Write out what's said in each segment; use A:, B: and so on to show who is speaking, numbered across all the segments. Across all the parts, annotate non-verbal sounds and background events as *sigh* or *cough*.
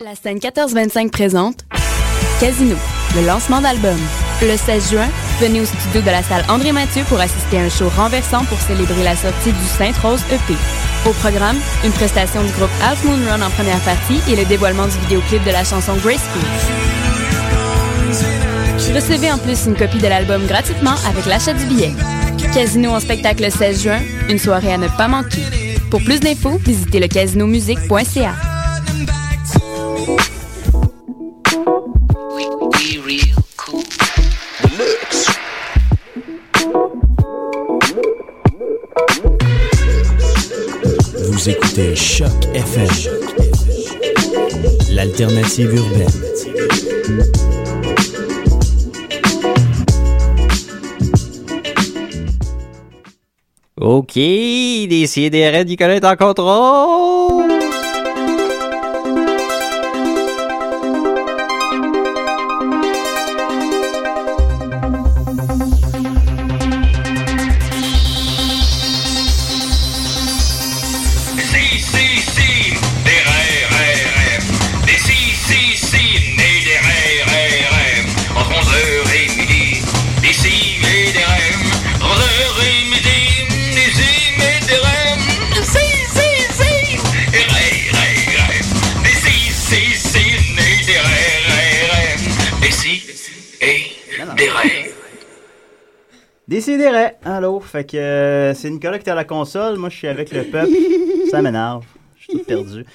A: La scène 1425 présente Casino, le lancement d'album. Le 16 juin, venez au studio de la salle André Mathieu pour assister à un show renversant pour célébrer la sortie du Sainte-Rose EP. Au programme, une prestation du groupe Half Moon Run en première partie et le dévoilement du vidéoclip de la chanson Graceful. Recevez en plus une copie de l'album gratuitement avec l'achat du billet. Casino en spectacle le 16 juin, une soirée à ne pas manquer. Pour plus d'infos, visitez le casinomusique.ca.
B: Vous écoutez Choc FM, l'alternative urbaine.
C: OK, décidérez, Nicolas est en contrôle.
D: Si, si, si, des rêves, rêves, rêves. Des si, si, si, nés des rêves, rêves, rêves. Entre 11h et midi, des si et des rêves. Entre 11h et midi, des si et des rêves. Des si, si, si, des rêves, rêves, rêves. Des si, si, si, nés des rêves, rêves, rêves. Des si et des
E: *laughs*
D: rêves.
F: Décidérez. Allô. Fait que euh, c'est Nicolas qui est à la console. Moi, je suis avec le peuple. ça m'énerve. Je suis tout perdu.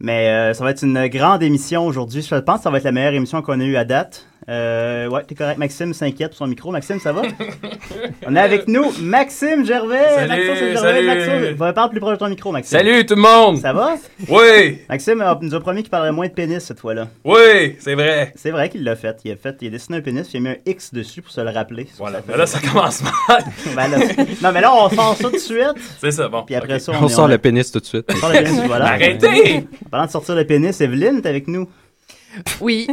F: Mais euh, ça va être une grande émission aujourd'hui. Je pense que ça va être la meilleure émission qu'on a eue à date. Euh, ouais, t'es correct. Maxime s'inquiète pour son micro. Maxime, ça va? On est avec nous Maxime Gervais.
E: Salut,
F: Maxime
E: salut.
F: Maxime, va parler plus proche de ton micro, Maxime.
E: Salut tout le monde!
F: Ça va?
E: Oui!
F: Maxime euh, nous a promis qu'il parlerait moins de pénis cette fois-là.
E: Oui! C'est vrai!
F: C'est vrai qu'il l'a fait. Il a fait, il a dessiné un pénis, puis il a mis un X dessus pour se le rappeler.
E: Voilà, mais là ça commence mal!
F: Ben là, c'est- non, mais là, on sort ça tout de suite.
E: C'est ça, bon.
F: Puis après
E: ok.
F: ça, on,
C: On
F: est-
C: sort
F: on-
C: le pénis tout de suite.
F: on sort le pénis, voilà.
E: Arrêtez!
F: En parlant de sortir le pénis, Evelyne, t'es avec nous. *laughs*
G: Oui,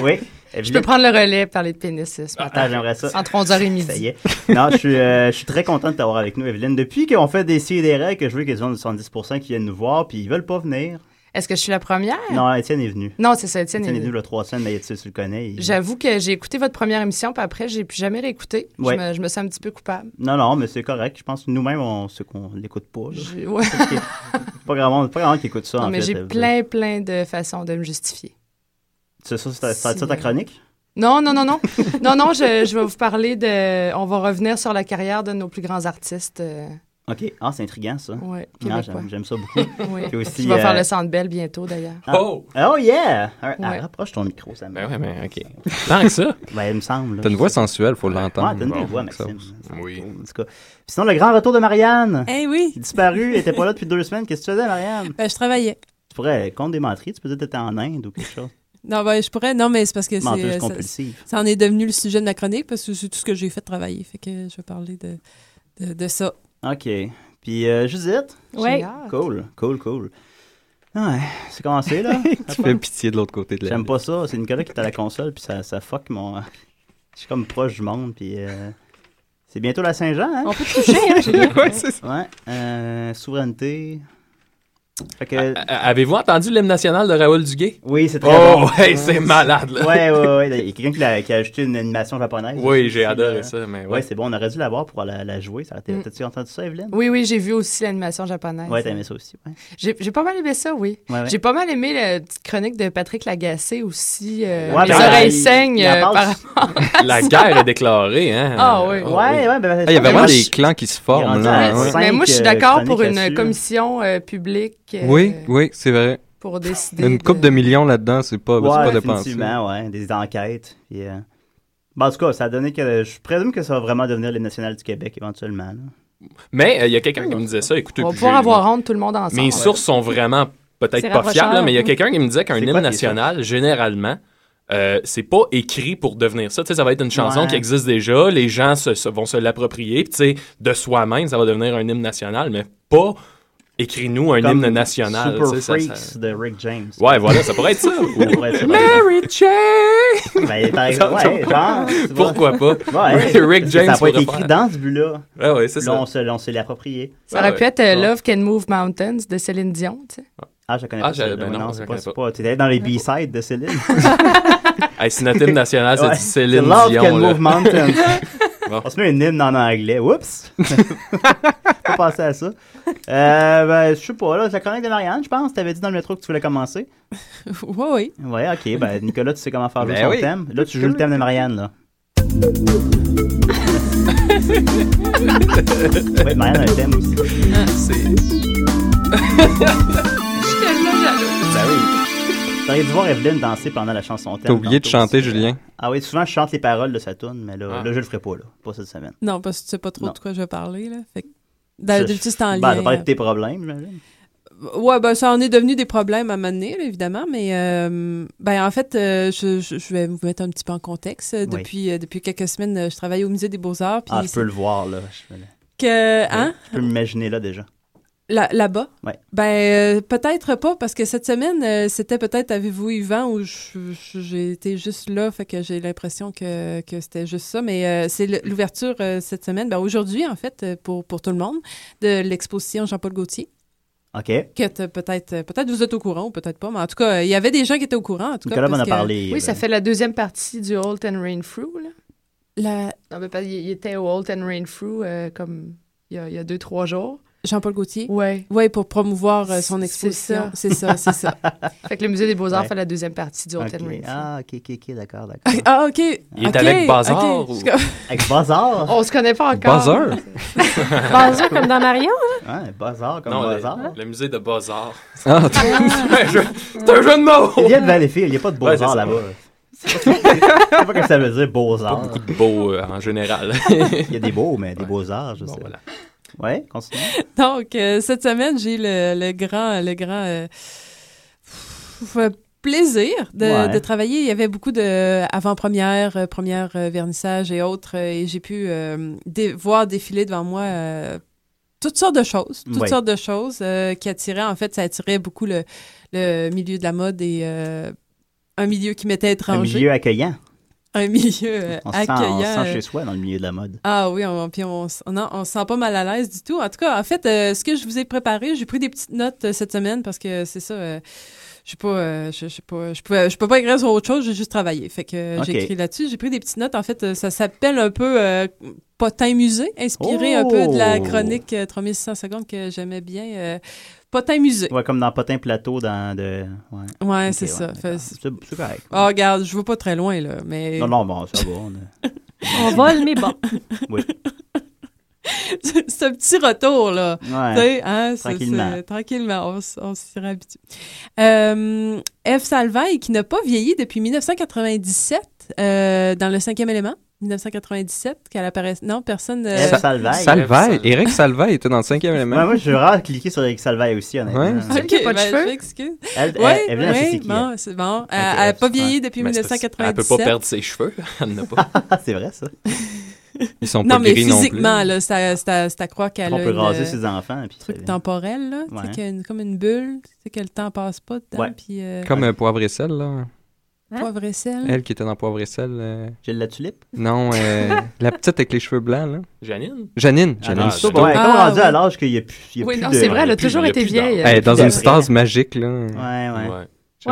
F: Oui.
G: je peux
F: Evelyne.
G: prendre le relais et parler de pénis ce matin.
F: Ah, j'aimerais ça.
G: Entre 11h et
F: Ça
G: midi.
F: y est. Non, je suis, euh, je suis très content de t'avoir avec nous, Evelyne. Depuis qu'on fait des CDR, que je veux qu'ils ont 70% qui viennent nous voir, puis ils veulent pas venir.
G: Est-ce que je suis la première?
F: Non, Étienne est venu.
G: Non, c'est ça, Ah. Étienne.
F: Étienne est
G: est-
F: venu le 3 semaines, mais tu, sais, tu le connais. il-
G: J'avoue que j'ai écouté votre première émission, puis après, j'ai plus jamais réécouté. Je
F: Ouais.
G: me- Je, me, sens un petit peu coupable.
F: Non, non, mais c'est correct. Je pense que nous-mêmes, on, c'est qu'on l'écoute pas. là.
G: J'ai- ouais.
F: Pas grand monde, pas grand monde qui écoute ça,
G: Non,
F: en
G: mais
F: fait.
G: j'ai
F: Evelyne.
G: plein, plein de façons de me justifier.
F: C'est ça, c'est ta- c'est ça ta
G: Si.
F: chronique?
G: Non, non,
F: *laughs*
G: non, non. non, non, je, je vais vous parler de. On va revenir sur la carrière de nos plus grands artistes. euh,
F: OK. Ah, c'est intriguant, ça.
G: ouais,
F: Ah,
G: québécois.
F: j'aime, j'aime ça beaucoup.
G: *laughs* Oui.
F: Puis aussi,
G: Qui va
F: euh,
G: faire le centre belle bientôt, d'ailleurs.
F: Ah.
E: Oh!
F: Oh yeah! Ah, ah,
G: Ouais.
F: rapproche ton micro, ça
C: *laughs*
F: me.
C: Ben ouais, mais OK. *laughs* Tant que ça.
F: Ben, il me semble. là.
C: T'as une voix sensuelle, faut l'entendre.
F: Ouais, t'as une belle
C: Bon,
F: voix,
C: ça. *laughs*
F: Maxime.
E: Oui.
F: En tout cas. Puis Sinon, le grand retour de Marianne.
H: Eh oui,
F: Disparue, elle était pas là depuis deux semaines. Qu'est-ce que tu faisais, Marianne?
H: ben, je travaillais.
F: Tu pourrais compte des menteries, tu peut-être étais en Inde ou quelque chose.
H: Non, ben, je pourrais. Non, mais c'est parce que c'est.
F: Menteuse
H: euh, Ça,
F: compulsive.
H: ça en est devenu le sujet de ma chronique parce que c'est tout ce que j'ai fait travailler. Fait que je vais parler de, de, de ça.
F: OK. Puis euh, Judith,
G: Oui.
F: cool, cool, cool. Ouais, c'est commencé,
G: *laughs*
F: là.
C: Tu fais pitié de l'autre côté de la
F: J'aime pas ça. C'est Nicolas qui est à la console, puis ça, ça fuck mon. *laughs* Je suis comme proche du monde, puis. euh, C'est bientôt la Saint-Jean, hein?
G: On peut toucher, hein?
E: Ouais, c'est ça.
F: Ouais. euh, Souveraineté. Fait que.
G: Ah,
E: A- Avez-vous entendu l'hymne national de Raoul Duguay?
F: Oui, c'est très
E: Oh,
F: bon.
E: hey, c'est malade là!
F: Ouais, ouais, ouais. Il y a quelqu'un qui, l'a- qui a ajouté une animation japonaise.
E: Oui, j'ai
F: C'est,
E: adoré
F: euh,
E: ça, mais
F: Ouais,
E: ouais.
F: c'est bon. On aurait dû l'avoir pour la, la jouer. Ça aurait été-
G: Mm.
F: T'as-tu entendu ça, Evelyne?
G: Oui, oui, j'ai vu aussi l'animation japonaise.
F: Ouais, t'as aimé ça aussi. Ouais.
G: J'ai j'ai pas mal aimé ça, oui.
F: Ouais, ouais.
G: J'ai pas mal aimé la petite chronique de Patrick Lagacé aussi. euh,
F: Ouais,
G: les
F: ben,
G: oreilles
F: il-
G: saignent.
F: il en
G: euh,
F: parle hein.
G: par-
F: sur-
E: La guerre est déclarée, hein?
G: Ah, oui.
E: Oh,
F: Ouais, ouais, ben,
C: Ah, il y a
F: mais
C: vraiment
F: moi,
C: des
F: je-
C: clans qui se
F: Il est
C: forment,
F: rendu
C: là. hein,
F: à
C: ouais.
F: cinq,
G: Mais moi, je suis
F: euh,
G: d'accord pour
F: chroniques
G: une
F: là-dessus.
G: commission euh, publique euh,
C: Oui, oui, c'est vrai.
G: pour décider.
C: Une coupe de millions là-dedans, c'est
E: Ah, bah,
C: pas, c'est
F: Ouais,
C: pas dépensé.
F: définitivement, ouais. Des enquêtes. Puis, euh, ben, en tout cas, ça a donné que. Je présume que ça va vraiment devenir l'hymne national du Québec éventuellement. là.
E: Mais euh, il y a quelqu'un qui me disait ça, écoutez.
G: On va
E: puis
G: pouvoir
E: j'ai-
G: avoir honte tout le monde ensemble.
E: Mes sources sont vraiment peut-être
G: C'est
E: pas fiables, là,
G: rapprocheur.
E: mais il y a quelqu'un qui me disait qu'un
F: C'est
E: hymne
F: quoi tes
E: national, généralement, euh, c'est pas écrit pour devenir ça. Tu sais, ça va être une chanson
F: Ouais.
E: qui existe déjà, les gens se- se- vont se l'approprier, puis tu sais, de soi-même, ça va devenir un hymne national, mais pas écris-nous un
F: Comme
E: hymne national. tu
F: Super
E: sais, ça- ça-
F: Freaks de Rick James.
E: Ouais, voilà, ça pourrait être ça. Ou-
F: *laughs* Ça pourrait être ça, par exemple.
E: Mary Jane!
F: Ben,
E: *laughs*
F: par exemple, ouais, genre. tu vois.
E: Pourquoi pas?
F: Ouais.
E: *laughs* Rick
F: Ça
E: James
F: n'a pas été
E: pourrait
F: écrit
E: faire.
F: dans ce but-là.
E: Ouais, ouais, c'est
F: Là,
E: ça.
F: on se, on se l'est approprié.
G: Ça aurait
E: Ouais,
G: pu être euh,
E: ouais.
G: Love Can Move Mountains de Céline Dion. tu sais.
F: Ah, je la connais
E: Ah,
F: pas.
E: je-
F: celle-là.
E: ben
F: Ouais,
E: non,
F: non,
E: je
F: c'est
E: la
F: pas,
E: connais
F: c'est
E: pas.
F: pas. T'es allé dans les B-sides de Céline.
E: Hey, si notre hymne national, c'est
F: Ouais.
E: du Céline
F: Love
E: Dion.
F: Can
E: là.
F: Move Mountains.
E: Bon.
F: On se met une hymne en anglais. Oups! *laughs* pas pensé à ça. Euh, ben, je sais pas, là, c'est la chronique de Marianne, je pense. T'avais dit dans le métro que tu voulais commencer.
H: *laughs*
G: Oui, oui.
F: Ouais, ok. Ben, Nicolas, tu sais comment faire jouer
C: Ben
F: son
C: oui.
F: thème. Là, tu joues le thème de Marianne, là. oui, Marianne a un thème aussi.
B: Je suis tellement jaloux.
F: Ben oui. T'aurais dû voir Evelyne danser pendant la chanson thème.
C: T'as oublié de
F: tantôt.
C: chanter, Julien.
F: Ah oui, souvent, je chante les paroles de sa tune, mais là,
E: Ah.
F: là, je le ferai pas, là. Pas cette semaine.
G: Non, parce que tu sais pas trop
F: Non.
G: de quoi je vais parler, là. Fait que,
F: Ça-
G: d'habitude, c'est en
F: Ben,
G: lien.
F: ça va être tes problèmes, j'imagine.
G: Ouais, ben ça en est devenu des problèmes à un moment donné, là, évidemment, mais euh, ben en fait, euh, je, je- je vais vous mettre un petit peu en contexte. Depuis, euh, depuis quelques semaines, euh, je travaille au musée des beaux-arts, puis
F: Ah, je
G: c'est
F: peux le voir, là. Je-
G: que, hein,
F: Je peux m'imaginer là déjà.
G: là- là-bas,
F: Ouais.
G: ben euh, peut-être pas, parce que cette semaine, euh, c'était peut-être Avez-vous Yvan, où je- je- j'ai été juste là, fait que j'ai l'impression que, que c'était juste ça, mais euh, c'est le- l'ouverture euh, cette semaine, ben aujourd'hui, en fait, euh, pour, pour tout le monde, de l'exposition Jean-Paul Gaultier.
F: OK.
G: que t- peut-être euh, peut-être vous êtes au courant ou peut-être pas, mais en tout cas, il y avait des gens qui étaient au courant. En tout
F: Nicolas
G: cas,
F: m'en
G: parce
F: a
G: que
F: parlé.
B: Oui, ça
F: ben.
B: fait la deuxième partie du Holt and Rain Through, là.
G: la-
B: Non, mais parce qu'il il était au Holt and Rain Through euh, comme il y, a, il y a deux, trois jours.
G: Jean-Paul Gaultier.
B: Ouais.
G: Oui, pour promouvoir euh, son
B: C'est
G: exposition. C'est ça, c'est ça.
B: *laughs* Fait que le Musée des Beaux-Arts
F: Ouais.
B: fait la deuxième partie du Holt and
F: OK.
B: Rain Through.
F: Ah, OK, OK, OK, d'accord,
G: *laughs*
F: d'accord.
G: Ah, ah, OK.
E: Il est avec Bazar ou-
F: Avec
E: Oh!
F: Bazar.
B: On se connaît pas encore.
C: Buzzer?
B: Bazar comme *laughs* dans Marion.
F: Ouais, Bazar comme
E: Non, le-
F: Bazar.
E: le, musée de Bazar.
C: Ah,
E: *laughs* c'est un jeu c'est un jeu de
F: Il
E: mots!
F: vient de Valleyfield, il n'y a pas de
E: Ouais, c'est
F: Beaux-Arts
E: ça. *laughs*
F: là-bas. Je sais pas que ça veut dire
E: Pas
F: Beaux-Arts.
E: beaucoup de beaux euh, en général.
F: Il y a des beaux, mais des Beaux-Arts, je
E: Bon,
F: sais.
E: voilà.
F: Ouais, continue.
G: Donc, euh, cette semaine, j'ai le, le grand, le grand euh, pff, euh, plaisir de,
F: Ouais.
G: de travailler. Il y avait beaucoup de avant-premières, euh, premières euh, vernissages et autres, euh, et j'ai pu euh, dé- voir défiler devant moi euh, toutes sortes de choses, toutes
F: Ouais.
G: sortes de choses euh, qui attiraient, en fait, ça attirait beaucoup le, le milieu de la mode et euh, un milieu qui m'était
F: Un
G: étranger,
F: milieu accueillant.
G: un milieu euh,
F: On se sent,
G: accueillant.
F: on se sent
G: euh,
F: chez soi dans le milieu de la mode.
G: ah oui, on, puis on, s- non, on se sent pas mal à l'aise du tout. En tout cas, en fait, euh, ce que je vous ai préparé, j'ai pris des petites notes euh, cette semaine parce que c'est ça, euh, je sais pas, euh, je je sais pas, je pouvais, je peux pas écrire sur autre chose, j'ai juste travaillé. Fait que euh,
F: Ok.
G: j'ai écrit là-dessus, j'ai pris des petites notes. En fait, euh, ça s'appelle un peu euh, Potin musée, inspiré un peu de la
F: Oh!
G: chronique euh, 3600 secondes que j'aimais bien. euh, Potin musée.
F: Ouais, comme dans Potin Plateau, dans de. Ouais,
G: Ouais,
F: Ok,
G: c'est ça.
F: d'accord.
G: Fait-
F: C'est c'est correct.
G: Ah, regarde, je vais pas très loin, là, mais...
F: Non, non, bon, ça va.
G: *laughs*
F: on a-
A: On vole, mais bon.
G: c'est un petit retour, là. Tu
F: Ouais.
G: sais, hein, ça,
F: Tranquillement.
G: c'est- tranquillement, on, s- on s'y réhabitue. Euh, F. Salvaille, qui n'a pas vieilli depuis 1997, euh, dans le cinquième élément, 1997, qu'elle apparaît... Non, personne... euh,
F: Eve Salvaille.
C: Salvaille. Eric Salvaille était dans le cinquième
F: Ouais,
C: élément.
F: moi, je vais vraiment cliquer sur Eric Salvaille aussi, honnêtement.
C: Ouais.
G: Ok,
B: Celle qui a pas de
G: ben,
B: cheveux.
G: je m'excuse.
F: Elle,
G: Ouais,
F: elle, Evelyn, elle sait
G: ouais,
F: c'est qui, hein.
G: bon, c'est bon. Elle n'a
F: Eve,
G: pas vieilli depuis
E: Mais c'est parce qu'elle
G: 1997.
E: peut pas perdre ses cheveux. *laughs* Elle n'a pas.
F: Ah, c'est vrai, ça.
C: Ils sont pas
G: Non, mais
C: guéris non plus.
G: physiquement, là, c'est à- c'est à c'est à croire qu'elle
F: On
G: a
F: peut
G: une,
F: raser
G: euh,
F: ses enfants. Puis
G: truc
F: ça-
G: temporel, là.
F: Ouais.
G: Tu sais, qu'il y a une- comme une bulle, tu sais, que le temps passe pas dedans,
F: Ouais.
G: puis euh, Hein?
C: Comme euh, Poivre et Sel, là.
G: poivre et sel.
C: Elle qui était dans Poivre et Sel. euh,
F: J'ai de la tulipe.
C: Non, euh, la petite avec les cheveux blancs, là.
E: Janine?
C: Janine.
F: Ah,
C: Janine
F: non,
C: Souto.
F: Ouais, elle est comme
G: Ah,
F: rendue à
G: ouais.
F: l'âge qu'il n'y a plus. il y a
B: Oui,
F: plus
B: non,
F: de-
B: c'est vrai, elle
E: y
B: a
E: a plus-
B: toujours
E: il y a
B: été
E: plus d'art.
B: vieille.
C: Elle est dans
F: Plus
C: une
F: de-
C: stase magique, là.
F: Ouais, ouais.
E: Ouais.
A: Ouais,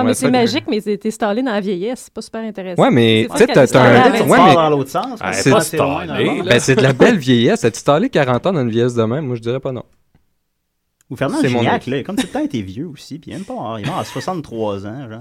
C: J'aimerais
A: mais
C: ça
A: c'est
C: que-
A: magique, mais c'est- t'es stallé dans la vieillesse. C'est pas super intéressant.
C: Ouais, mais
A: C'est
C: tu sais,
A: ça
C: t'as-
A: qu'elle
C: t'as
A: dit.
C: un.
A: Ouais,
F: Tu
C: Ouais,
F: pars
C: mais
F: dans l'autre sens.
E: Elle est
F: c'est
E: pas
F: assez loin,
E: stallée,
F: dans le monde.
E: là.
C: Ben,
E: *laughs*
C: c'est de la belle vieillesse. As-tu stallé 40 ans dans une vieillesse de même? Moi, je dirais pas non.
F: Ou Fernand
C: C'est mon
F: Gignac,
C: autre.
F: là, comme tout le temps, il était vieux aussi, puis il aime pas. hein, Il est mort à 63 ans, genre.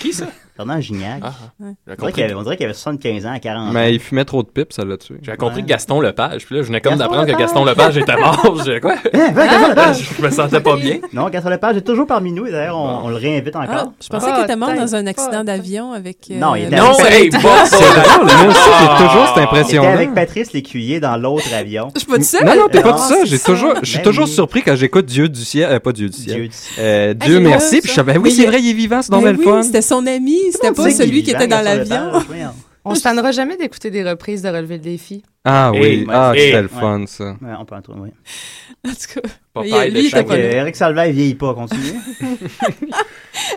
E: Qui ça?
F: Fernand Gignac.
E: Ah, ah. J'ai
F: on, dirait qu'il
E: compris,
F: avait, on dirait qu'il avait 75 ans à
E: Ah.
F: 40 ans.
C: Mais il fumait trop de pipes, ça l'a tué.
E: j'ai compris que Gaston Lepage. Puis là, je venais comme
F: Gaston
E: d'apprendre que
F: Lepage.
E: Gaston Lepage était mort. J'ai quoi?
F: Hein, va, Gaston Lepage!
E: Je me sentais pas bien.
F: Non, Gaston Lepage est toujours parmi nous, et d'ailleurs, on,
E: Bon.
F: on le réinvite
G: Ah,
F: encore.
G: je pensais qu'il était mort dans un accident d'avion avec. euh,
F: Non, il était-
E: Non, hey, bon,
C: C'est drôle, moi aussi,
E: Ah.
C: j'ai toujours cette
F: Il était avec
C: impression-là.
F: Patrice Lécuyer dans l'autre avion.
G: Je suis pas tout seul.
C: Non, non, t'es pas
F: Non,
C: tout ça.
F: c'est
C: J'ai
F: ça.
C: toujours, je suis
F: Ben
C: toujours
F: oui.
C: surpris quand j'écoute Dieu du ciel. euh, pas Dieu du
F: Dieu
C: ciel.
F: du ciel.
C: Euh,
G: Ah,
C: Dieu
G: j'ai
C: merci.
G: vu
C: Puis je
G: ça.
C: savais, oui,
G: Mais
C: c'est
G: il-
C: vrai, il est vivant, c'est
G: Ben
C: donc bien le
G: oui,
C: fun.
G: c'était son ami, c'était
F: Tu
G: pas
F: sais qu'il
G: celui
F: est
G: qui
F: vivant,
G: était dans
F: Gaston
G: l'avion.
F: Lepage, voyons.
B: On se tannera jamais d'écouter des reprises de relever le défi.
C: Ah oui,
E: Hey,
C: ah,
E: hey,
C: c'était le
F: ouais.
C: fun, ça.
F: Ouais, on peut en trouver.
G: *laughs* En tout cas, Mais il-
E: Popeye
G: lui,
E: de
G: il était
F: Fait
E: chaque...
F: que, euh, Eric Salvaille vieillit pas,
G: *laughs*
F: continue.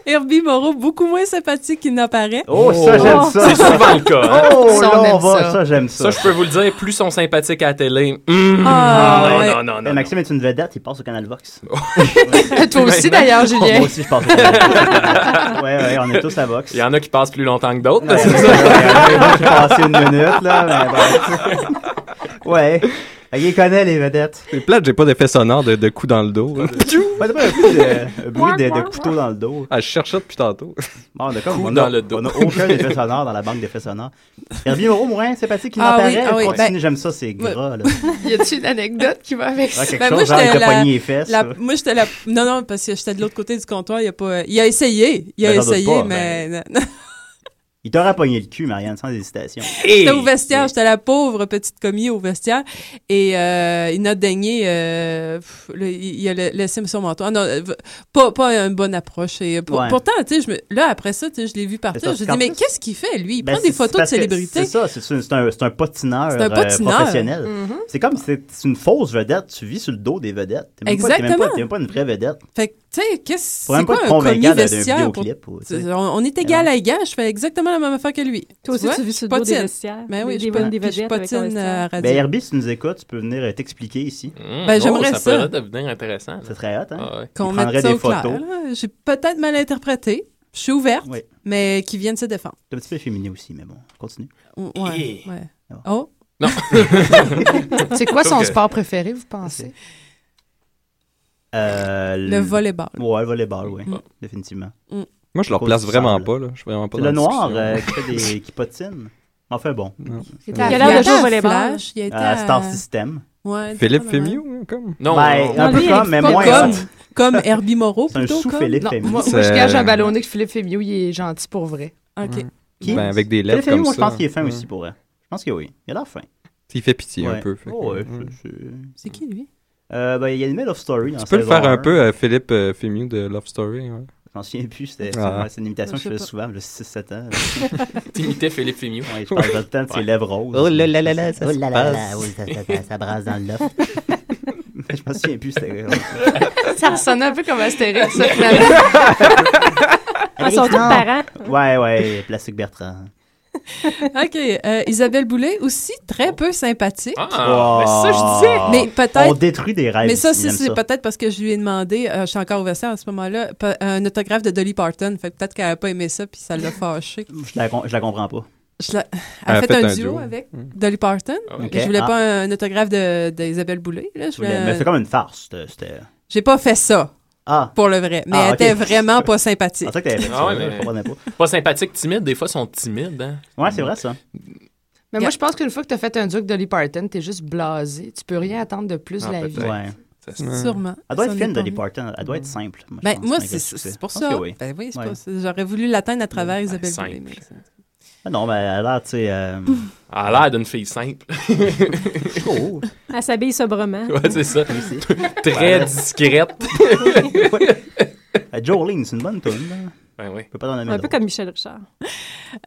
G: Herbie Moreau, beaucoup moins sympathique qu'il n'apparaît.
F: Oh, ça, j'aime ça.
E: C'est souvent le cas.
F: *laughs*
E: hein.
F: Oh,
I: Ça, on
F: là, on
I: aime
F: va.
I: ça.
F: Ça, j'aime
E: Ça,
F: ça.
E: je peux vous le dire, plus on sympathique à la télé. hmm,
G: Ah,
E: non,
G: ouais.
E: non, non, non,
F: Eh,
E: non.
F: Maxime est une vedette, il passe au Canal Vox.
B: *laughs*
I: Toi aussi, d'ailleurs,
E: Oh,
I: Julien.
F: Moi aussi, je passe au Canal Vox. *laughs* ouais, ouais, on est tous à Vox.
E: Il
F: *laughs*
E: y en a qui passent plus longtemps que d'autres.
F: Ouais, ouais, ouais, ouais, moi, j'ai passé une minute, là, mais bon. *laughs* ouais. Il connaît les vedettes.
C: C'est plate, j'ai pas d'effet sonore de, de coup dans le dos. là.
F: Ouais, c'est pas un bruit de, un bruit de- de couteau dans le dos.
C: Ah, je cherche ça depuis tantôt. *laughs*
F: Bon, on a comme-
E: Coup
F: on a-
E: dans le dos.
F: On a aucun effet sonore dans la banque d'effets sonores. Hervé Moreau, moins sympathique, il
G: Ah
F: n'apparaît.
G: oui, ah oui,
F: Continue,
G: ben-
F: j'aime ça, c'est gras,
G: *laughs*
F: là.
I: Y a-tu une anecdote qui va avec ça?
F: Ah, quelque
G: Ben, moi,
F: chose, genre, avec
G: j'étais
F: le
G: la-
F: poignet et fesses.
G: La-
F: là.
G: moi, j'étais la. Non, non, parce que j'étais de l'autre côté du comptoir. Il a pas. Il a essayé. Il a
F: Ben, j'en doute
G: essayé,
F: pas,
G: mais. non.
F: Il t'aura pogné le cul, Marianne, sans hésitation.
G: J'étais au vestiaire. J'étais la pauvre petite commis au vestiaire. Et euh, il n'a daigné. euh, pff, le- il a la- laissé son manteau. Ah, non, euh, pas, pas une bonne approche. Et, pour-
F: Ouais.
G: pourtant, tu sais, je me- là, après ça, tu sais, je l'ai vu partir.
F: Mais ça,
G: J'ai
F: c'est
G: dit,
F: en
G: mais
F: plus-
G: qu'est-ce qu'il fait, lui? Il
F: Ben,
G: prend des
F: c'est-
G: photos de
F: parce que
G: célébrités.
F: C'est ça, c'est c'est un, c'est un- c'est un patineur,
G: C'est un Mm-hmm.
F: euh,
G: patineur.
F: professionnel. C'est comme, c'est c'est une fausse vedette. Tu vis sur le dos des vedettes. T'es même pas- t'es même pas-
G: Exactement.
F: T'es même pas une vraie vedette.
G: Fait que, tu sais, qu'est-ce
F: Faut même
G: c'est
F: pas
G: quoi
F: être
G: un commis
F: convaincant d'un d'un
G: vestiaire? pour-
F: vidéoclip. ou- tu sais.
G: On, on est égal à égal. Je fais exactement la même affaire que lui.
A: Toi aussi,
G: vois?
A: tu vis sur le
G: Je
A: dos des
G: patine.
A: vestiaires.
G: Ben oui,
A: des,
G: je
A: bonnes
G: patine-
A: des
G: puis je
A: vedettes avec ton
G: patine
A: vestiaire.
G: à radio.
F: Ben, Herbie, si tu nous écoutes, tu peux venir euh, t'expliquer ici.
E: Hmm,
G: Ben, j'aimerais
E: Ça
G: ça.
E: pourrait devenir intéressant. là.
F: C'est très hot, hein?
E: Ah ouais.
G: qu'on
F: Il
G: mette
F: prendrait
G: ça
F: des
G: au clair.
F: photos.
G: là. J'ai peut-être mal interprété. Je suis ouverte,
F: Oui.
G: mais qui viennent se défendre.
F: T'es un petit peu féminin aussi, mais bon, continue.
G: Ou- Ouais,
E: Eh.
G: ouais.
F: Ah bon.
G: Oh, euh,
I: C'est quoi son
E: Ok.
I: sport préféré, vous pensez?
F: Euh,
G: le volleyball.
F: Ouais, le volleyball, oui,
G: Mm.
F: définitivement.
C: Moi, je leur
F: Cause
C: place
F: du
C: vraiment
F: sable.
C: pas, là. Je suis vraiment pas
F: C'est
C: dans
F: le
C: la
F: noir
C: discussion.
F: euh, qui fait des qui patine. Enfin bon, Euh,
A: à
G: Il
A: Quel
G: a
A: âge
G: été
A: joue au
G: à
A: volleyball?
G: Flash, il a été
F: à
G: à-
F: Star System.
G: Ouais,
C: Philippe
G: probablement.
C: Fémieux, hein, comme.
E: Non,
F: Ben,
E: non,
F: un
A: non,
F: peu
A: lui,
F: comme,
A: il
F: mais
A: est
G: Pas
F: moins
G: comme,
F: hot.
G: comme Herbie Moreau,
F: C'est un
G: plutôt comme...
F: sous-Philippe
I: Non,
F: Féminin.
I: moi,
C: C'est-
I: moi, je gage à ballonner que Philippe Fémieux, il est gentil pour vrai.
G: OK.
F: Qui?
C: Ben, avec des lettres
F: Philippe Féminin,
C: comme
F: moi, je
C: ça.
F: pense qu'il est fin
C: Ouais.
F: aussi pour elle. Je pense que oui. Il a l'air fin.
C: Il fait pitié
F: Ouais.
C: un peu. fait que,
F: Oh, ouais,
C: ouais.
F: c'est- c'est-
G: C'est qui, lui?
F: Euh, ben, il y a une Made of Story dans
C: Tu peux le
F: saison
C: faire un
F: 1.
C: peu euh, Philippe euh, Fémieux de Love Story. hein. ouais.
F: Je m'en souviens plus, c'était euh,
C: Ah.
F: c'est une imitation que je
G: Je sais
F: faisais
G: pas.
F: souvent, le
C: *laughs*
F: 6-7 ans.
E: t'imitais Philippe Fémieux.
F: Ouais, je parle tout le temps de ses lèvres roses.
C: Oh là là là là, ça
F: Oh
C: se
F: là là
C: passe.
F: là, oui, ça, ça- ça- ça brasse dans le loft. *laughs* je m'en souviens plus, c'était...
I: Ça ressemble un peu comme
A: *laughs*
I: Astérix, ça, finalement.
A: Ah, ils sont tous parents.
F: Ouais, ouais, Plastique Bertrand.
G: OK, euh, Isabelle Boulay, aussi très peu sympathique.
E: Ah, mais ça, je disais.
F: Oh.
G: Mais
F: On
G: peut-être...
F: détruit des rêves.
G: Mais ça,
F: ici,
G: c'est
F: j'aime
G: c'est peut-être parce que je lui ai demandé, euh, je suis encore au vestiaire à ce moment-là, pe- un autographe de Dolly Parton. Fait que peut-être qu'elle n'a pas aimé ça, puis ça l'a fâchée.
F: Je la, con- je la comprends pas.
G: Je la- Elle a fait, un, duo, Mm. avec Dolly Parton.
E: Ok.
G: Je voulais
F: Ah.
G: pas un, un autographe d'Isabelle de, Isabelle Boulay. là. Je
F: Tu voulais-
G: voulais-
F: Mais c'est comme une farce. c'était- C'était.
G: J'ai pas fait ça,
F: Ah!
G: pour le vrai. Mais
F: Ah,
G: elle
F: ok.
G: était vraiment pas
F: C'est
G: sympathique.
F: ça que t'avais fait.
E: Ah
F: ça,
E: ouais,
F: là,
E: mais-
F: Je comprenais pas.
E: Pas sympathique, timide. Des fois, ils sont timides. Hein?
F: Ouais, c'est vrai ça.
I: Mais moi, je pense qu'une fois que t'as fait un duc Dolly Parton, t'es juste blasé. Tu peux rien attendre de plus de
E: Ah,
I: la
E: peut-être.
I: vie.
F: Ouais.
G: Sûrement.
F: Elle doit
G: Ça,
F: être
G: on
F: fine,
G: est pas-
F: Dolly Parton. Elle doit être simple. je
G: Ben,
F: pense,
G: moi,
F: malgré
G: c'est
F: le succès.
G: c'est pour
F: Je pense
G: ça.
F: que oui.
G: Ben oui, c'est
F: Ouais.
G: pas- c'est- J'aurais voulu l'atteindre à travers Isabelle
E: simple.
G: Boulay. mais c'est-
F: Ah non, mais elle a l'air, tu sais.
G: *laughs*
F: euh,
E: Elle a l'air d'une fille simple.
F: Oh!
A: Elle s'habille
G: Hein?
A: sobrement.
E: *laughs* ouais, c'est ça. Très discrète.
F: Euh, Jolene, c'est une bonne tune. là. Je
E: Ben oui.
F: peux pas t'en nommer.
A: Un peu
F: d'autres.
A: comme Michel Richard.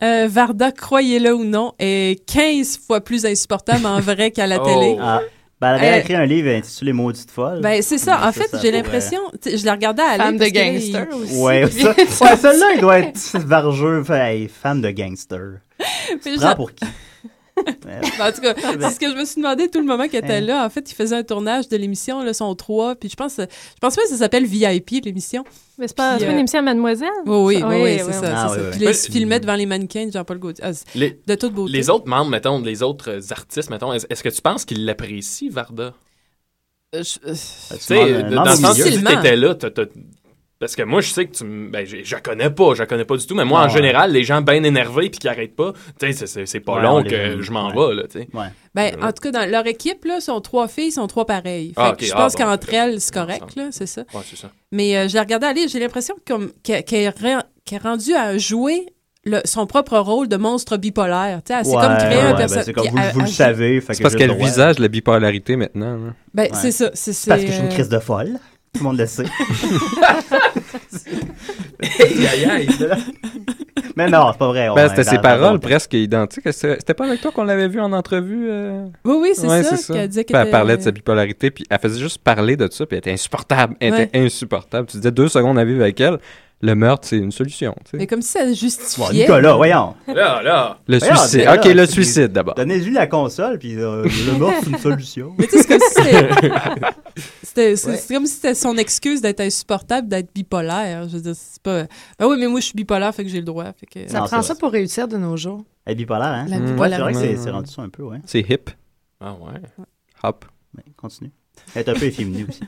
G: Euh, Varda, croyez-le ou non, est 15 fois plus insupportable en vrai qu'à la
E: Oh.
G: télé.
F: Ah. Ben, elle avait
G: Euh,
F: écrit un livre intitulé Maudite folle.
G: Ben, c'est ça.
F: Mais ça,
G: En fait,
F: ça
G: j'ai
F: pourrait-
G: l'impression... tu sais, Je la regardais à
I: Femme de
G: parce que là, il-
I: gangster aussi.
F: Ouais,
I: qui
G: *laughs*
F: ça,
I: vient-
F: ouais celle-là, il doit être vargeux, fait, hey, femme de gangster.
G: Mais
F: Prends
G: je-
F: pour
G: *laughs*
F: qui? Ouais.
G: Ben, En tout cas, c'est ce que je me suis demandé tout le moment qu'elle était
F: Ouais.
G: là. En fait, il faisait un tournage de l'émission, là, son 3, puis je pense, je pense même que ça s'appelle VIP, l'émission.
A: Mais c'est pas,
G: Puis,
A: c'est pas une
G: euh,
A: émission à Mademoiselle?
G: Oui, oui,
A: Ah,
G: oui,
A: oui,
G: oui, c'est
A: oui,
G: ça.
A: oui.
G: c'est
F: Ah,
G: ça.
F: oui, oui.
G: Puis là, il se
E: Mais-
G: filmait devant les mannequins de Jean-Paul Gaultier. Ah, c'est-
E: Ben, Les,
G: de toute beauté.
E: les autres membres, mettons, les autres euh, artistes, mettons, est- est-ce que tu penses qu'ils l'apprécient,
F: Ben,
E: Varda?
G: Euh, je- euh,
F: Tu
E: Tu sais,
F: demandes-
E: dans le
F: demandes au
E: sens
F: milieu.
E: si
G: Difficilement.
E: t'étais là, t'as- t'as- parce que moi, je sais que tu me. Ben, je, je la connais pas, je la connais pas du tout, mais moi,
F: Ah
E: en
F: ouais.
E: général, les gens bien énervés puis qui arrêtent pas, tu sais, c'est- c'est- c'est pas
F: Ouais,
E: long
F: on les
E: que
F: aime.
E: je m'en
F: Ouais.
E: vais, là, tu sais.
F: Ouais.
G: ben,
E: Ouais.
G: en tout cas, dans leur équipe, là, sont trois filles, sont trois pareilles. Fait
E: Ah,
G: que
E: ok.
G: je
E: Ah,
G: pense
E: bon,
G: qu'entre
E: ok.
G: elles, c'est
E: Bon,
G: correct,
E: ça.
G: là, c'est ça.
E: Ouais, c'est ça.
G: Mais euh, je la regardais aller, j'ai l'impression comme- qu'elle qu'elle est ren- qu'elle est rendue à jouer le- son propre rôle de monstre bipolaire. Tu sais, elle s'est
F: Ouais,
G: comme créé
F: ouais,
G: un
F: ben,
G: personnage.
F: c'est comme vous, vous le savez. fait
C: C'est parce
F: je-
C: qu'elle
F: ouais.
C: visage la bipolarité maintenant. là.
G: Ben,
F: Ouais.
G: c'est ça. c'est- c'est,
F: Parce que je suis une
G: euh,
F: crise de
G: *laughs*
F: folle. Tout *laughs* le monde le sait.
E: Aïe, aïe, aïe.
F: De là- Mais non, c'est pas vrai. on
C: Ben,
F: est
C: c'était
F: dans-
C: ses
F: dans-
C: paroles
F: dans-
C: presque identiques. C'était c'était pas avec toi qu'on l'avait vu en entrevue? euh?
G: Oui, oui, c'est
C: Ouais,
G: ça, qu'elle disait
C: Puis
F: Ben,
G: qu'elle
C: elle parlait de sa
G: était- euh,
C: bipolarité, puis elle faisait juste parler de ça, puis elle était insupportable. Elle était insupportable. Tu disais deux secondes à vivre avec elle, le meurtre, c'est une solution. tu sais.
G: Mais comme si ça
F: Bon,
G: justifiait.
F: Nicolas, voyons.
E: Là, là.
C: Le
F: Voyons,
C: suicide.
F: mais là,
C: OK, le
F: c'est-
C: suicide d'abord.
F: Donnez-lui la console, puis euh, le mort, c'est une
G: *laughs*
F: solution.
G: Mais tu sais, c'est comme si c'était-
F: *laughs*
G: c'était. c'est-
F: Ouais.
G: C'est comme si c'était son excuse d'être insupportable, d'être bipolaire. Je veux dire, c'est pas. Ben oui, mais moi, je suis bipolaire, fait que j'ai le droit. Fait que...
J: Ça
F: Non,
J: prend
F: c'est
J: ça
F: vrai.
J: pour réussir de nos jours.
F: Elle est bipolaire, hein?
G: La
C: Mm.
F: Ouais, c'est vrai que
G: bipolarité.
F: c'est- c'est rendu ça un peu, ouais.
C: C'est hip,
E: Ah ouais.
C: hop.
F: Mais continue. Elle est un peu efféminée aussi.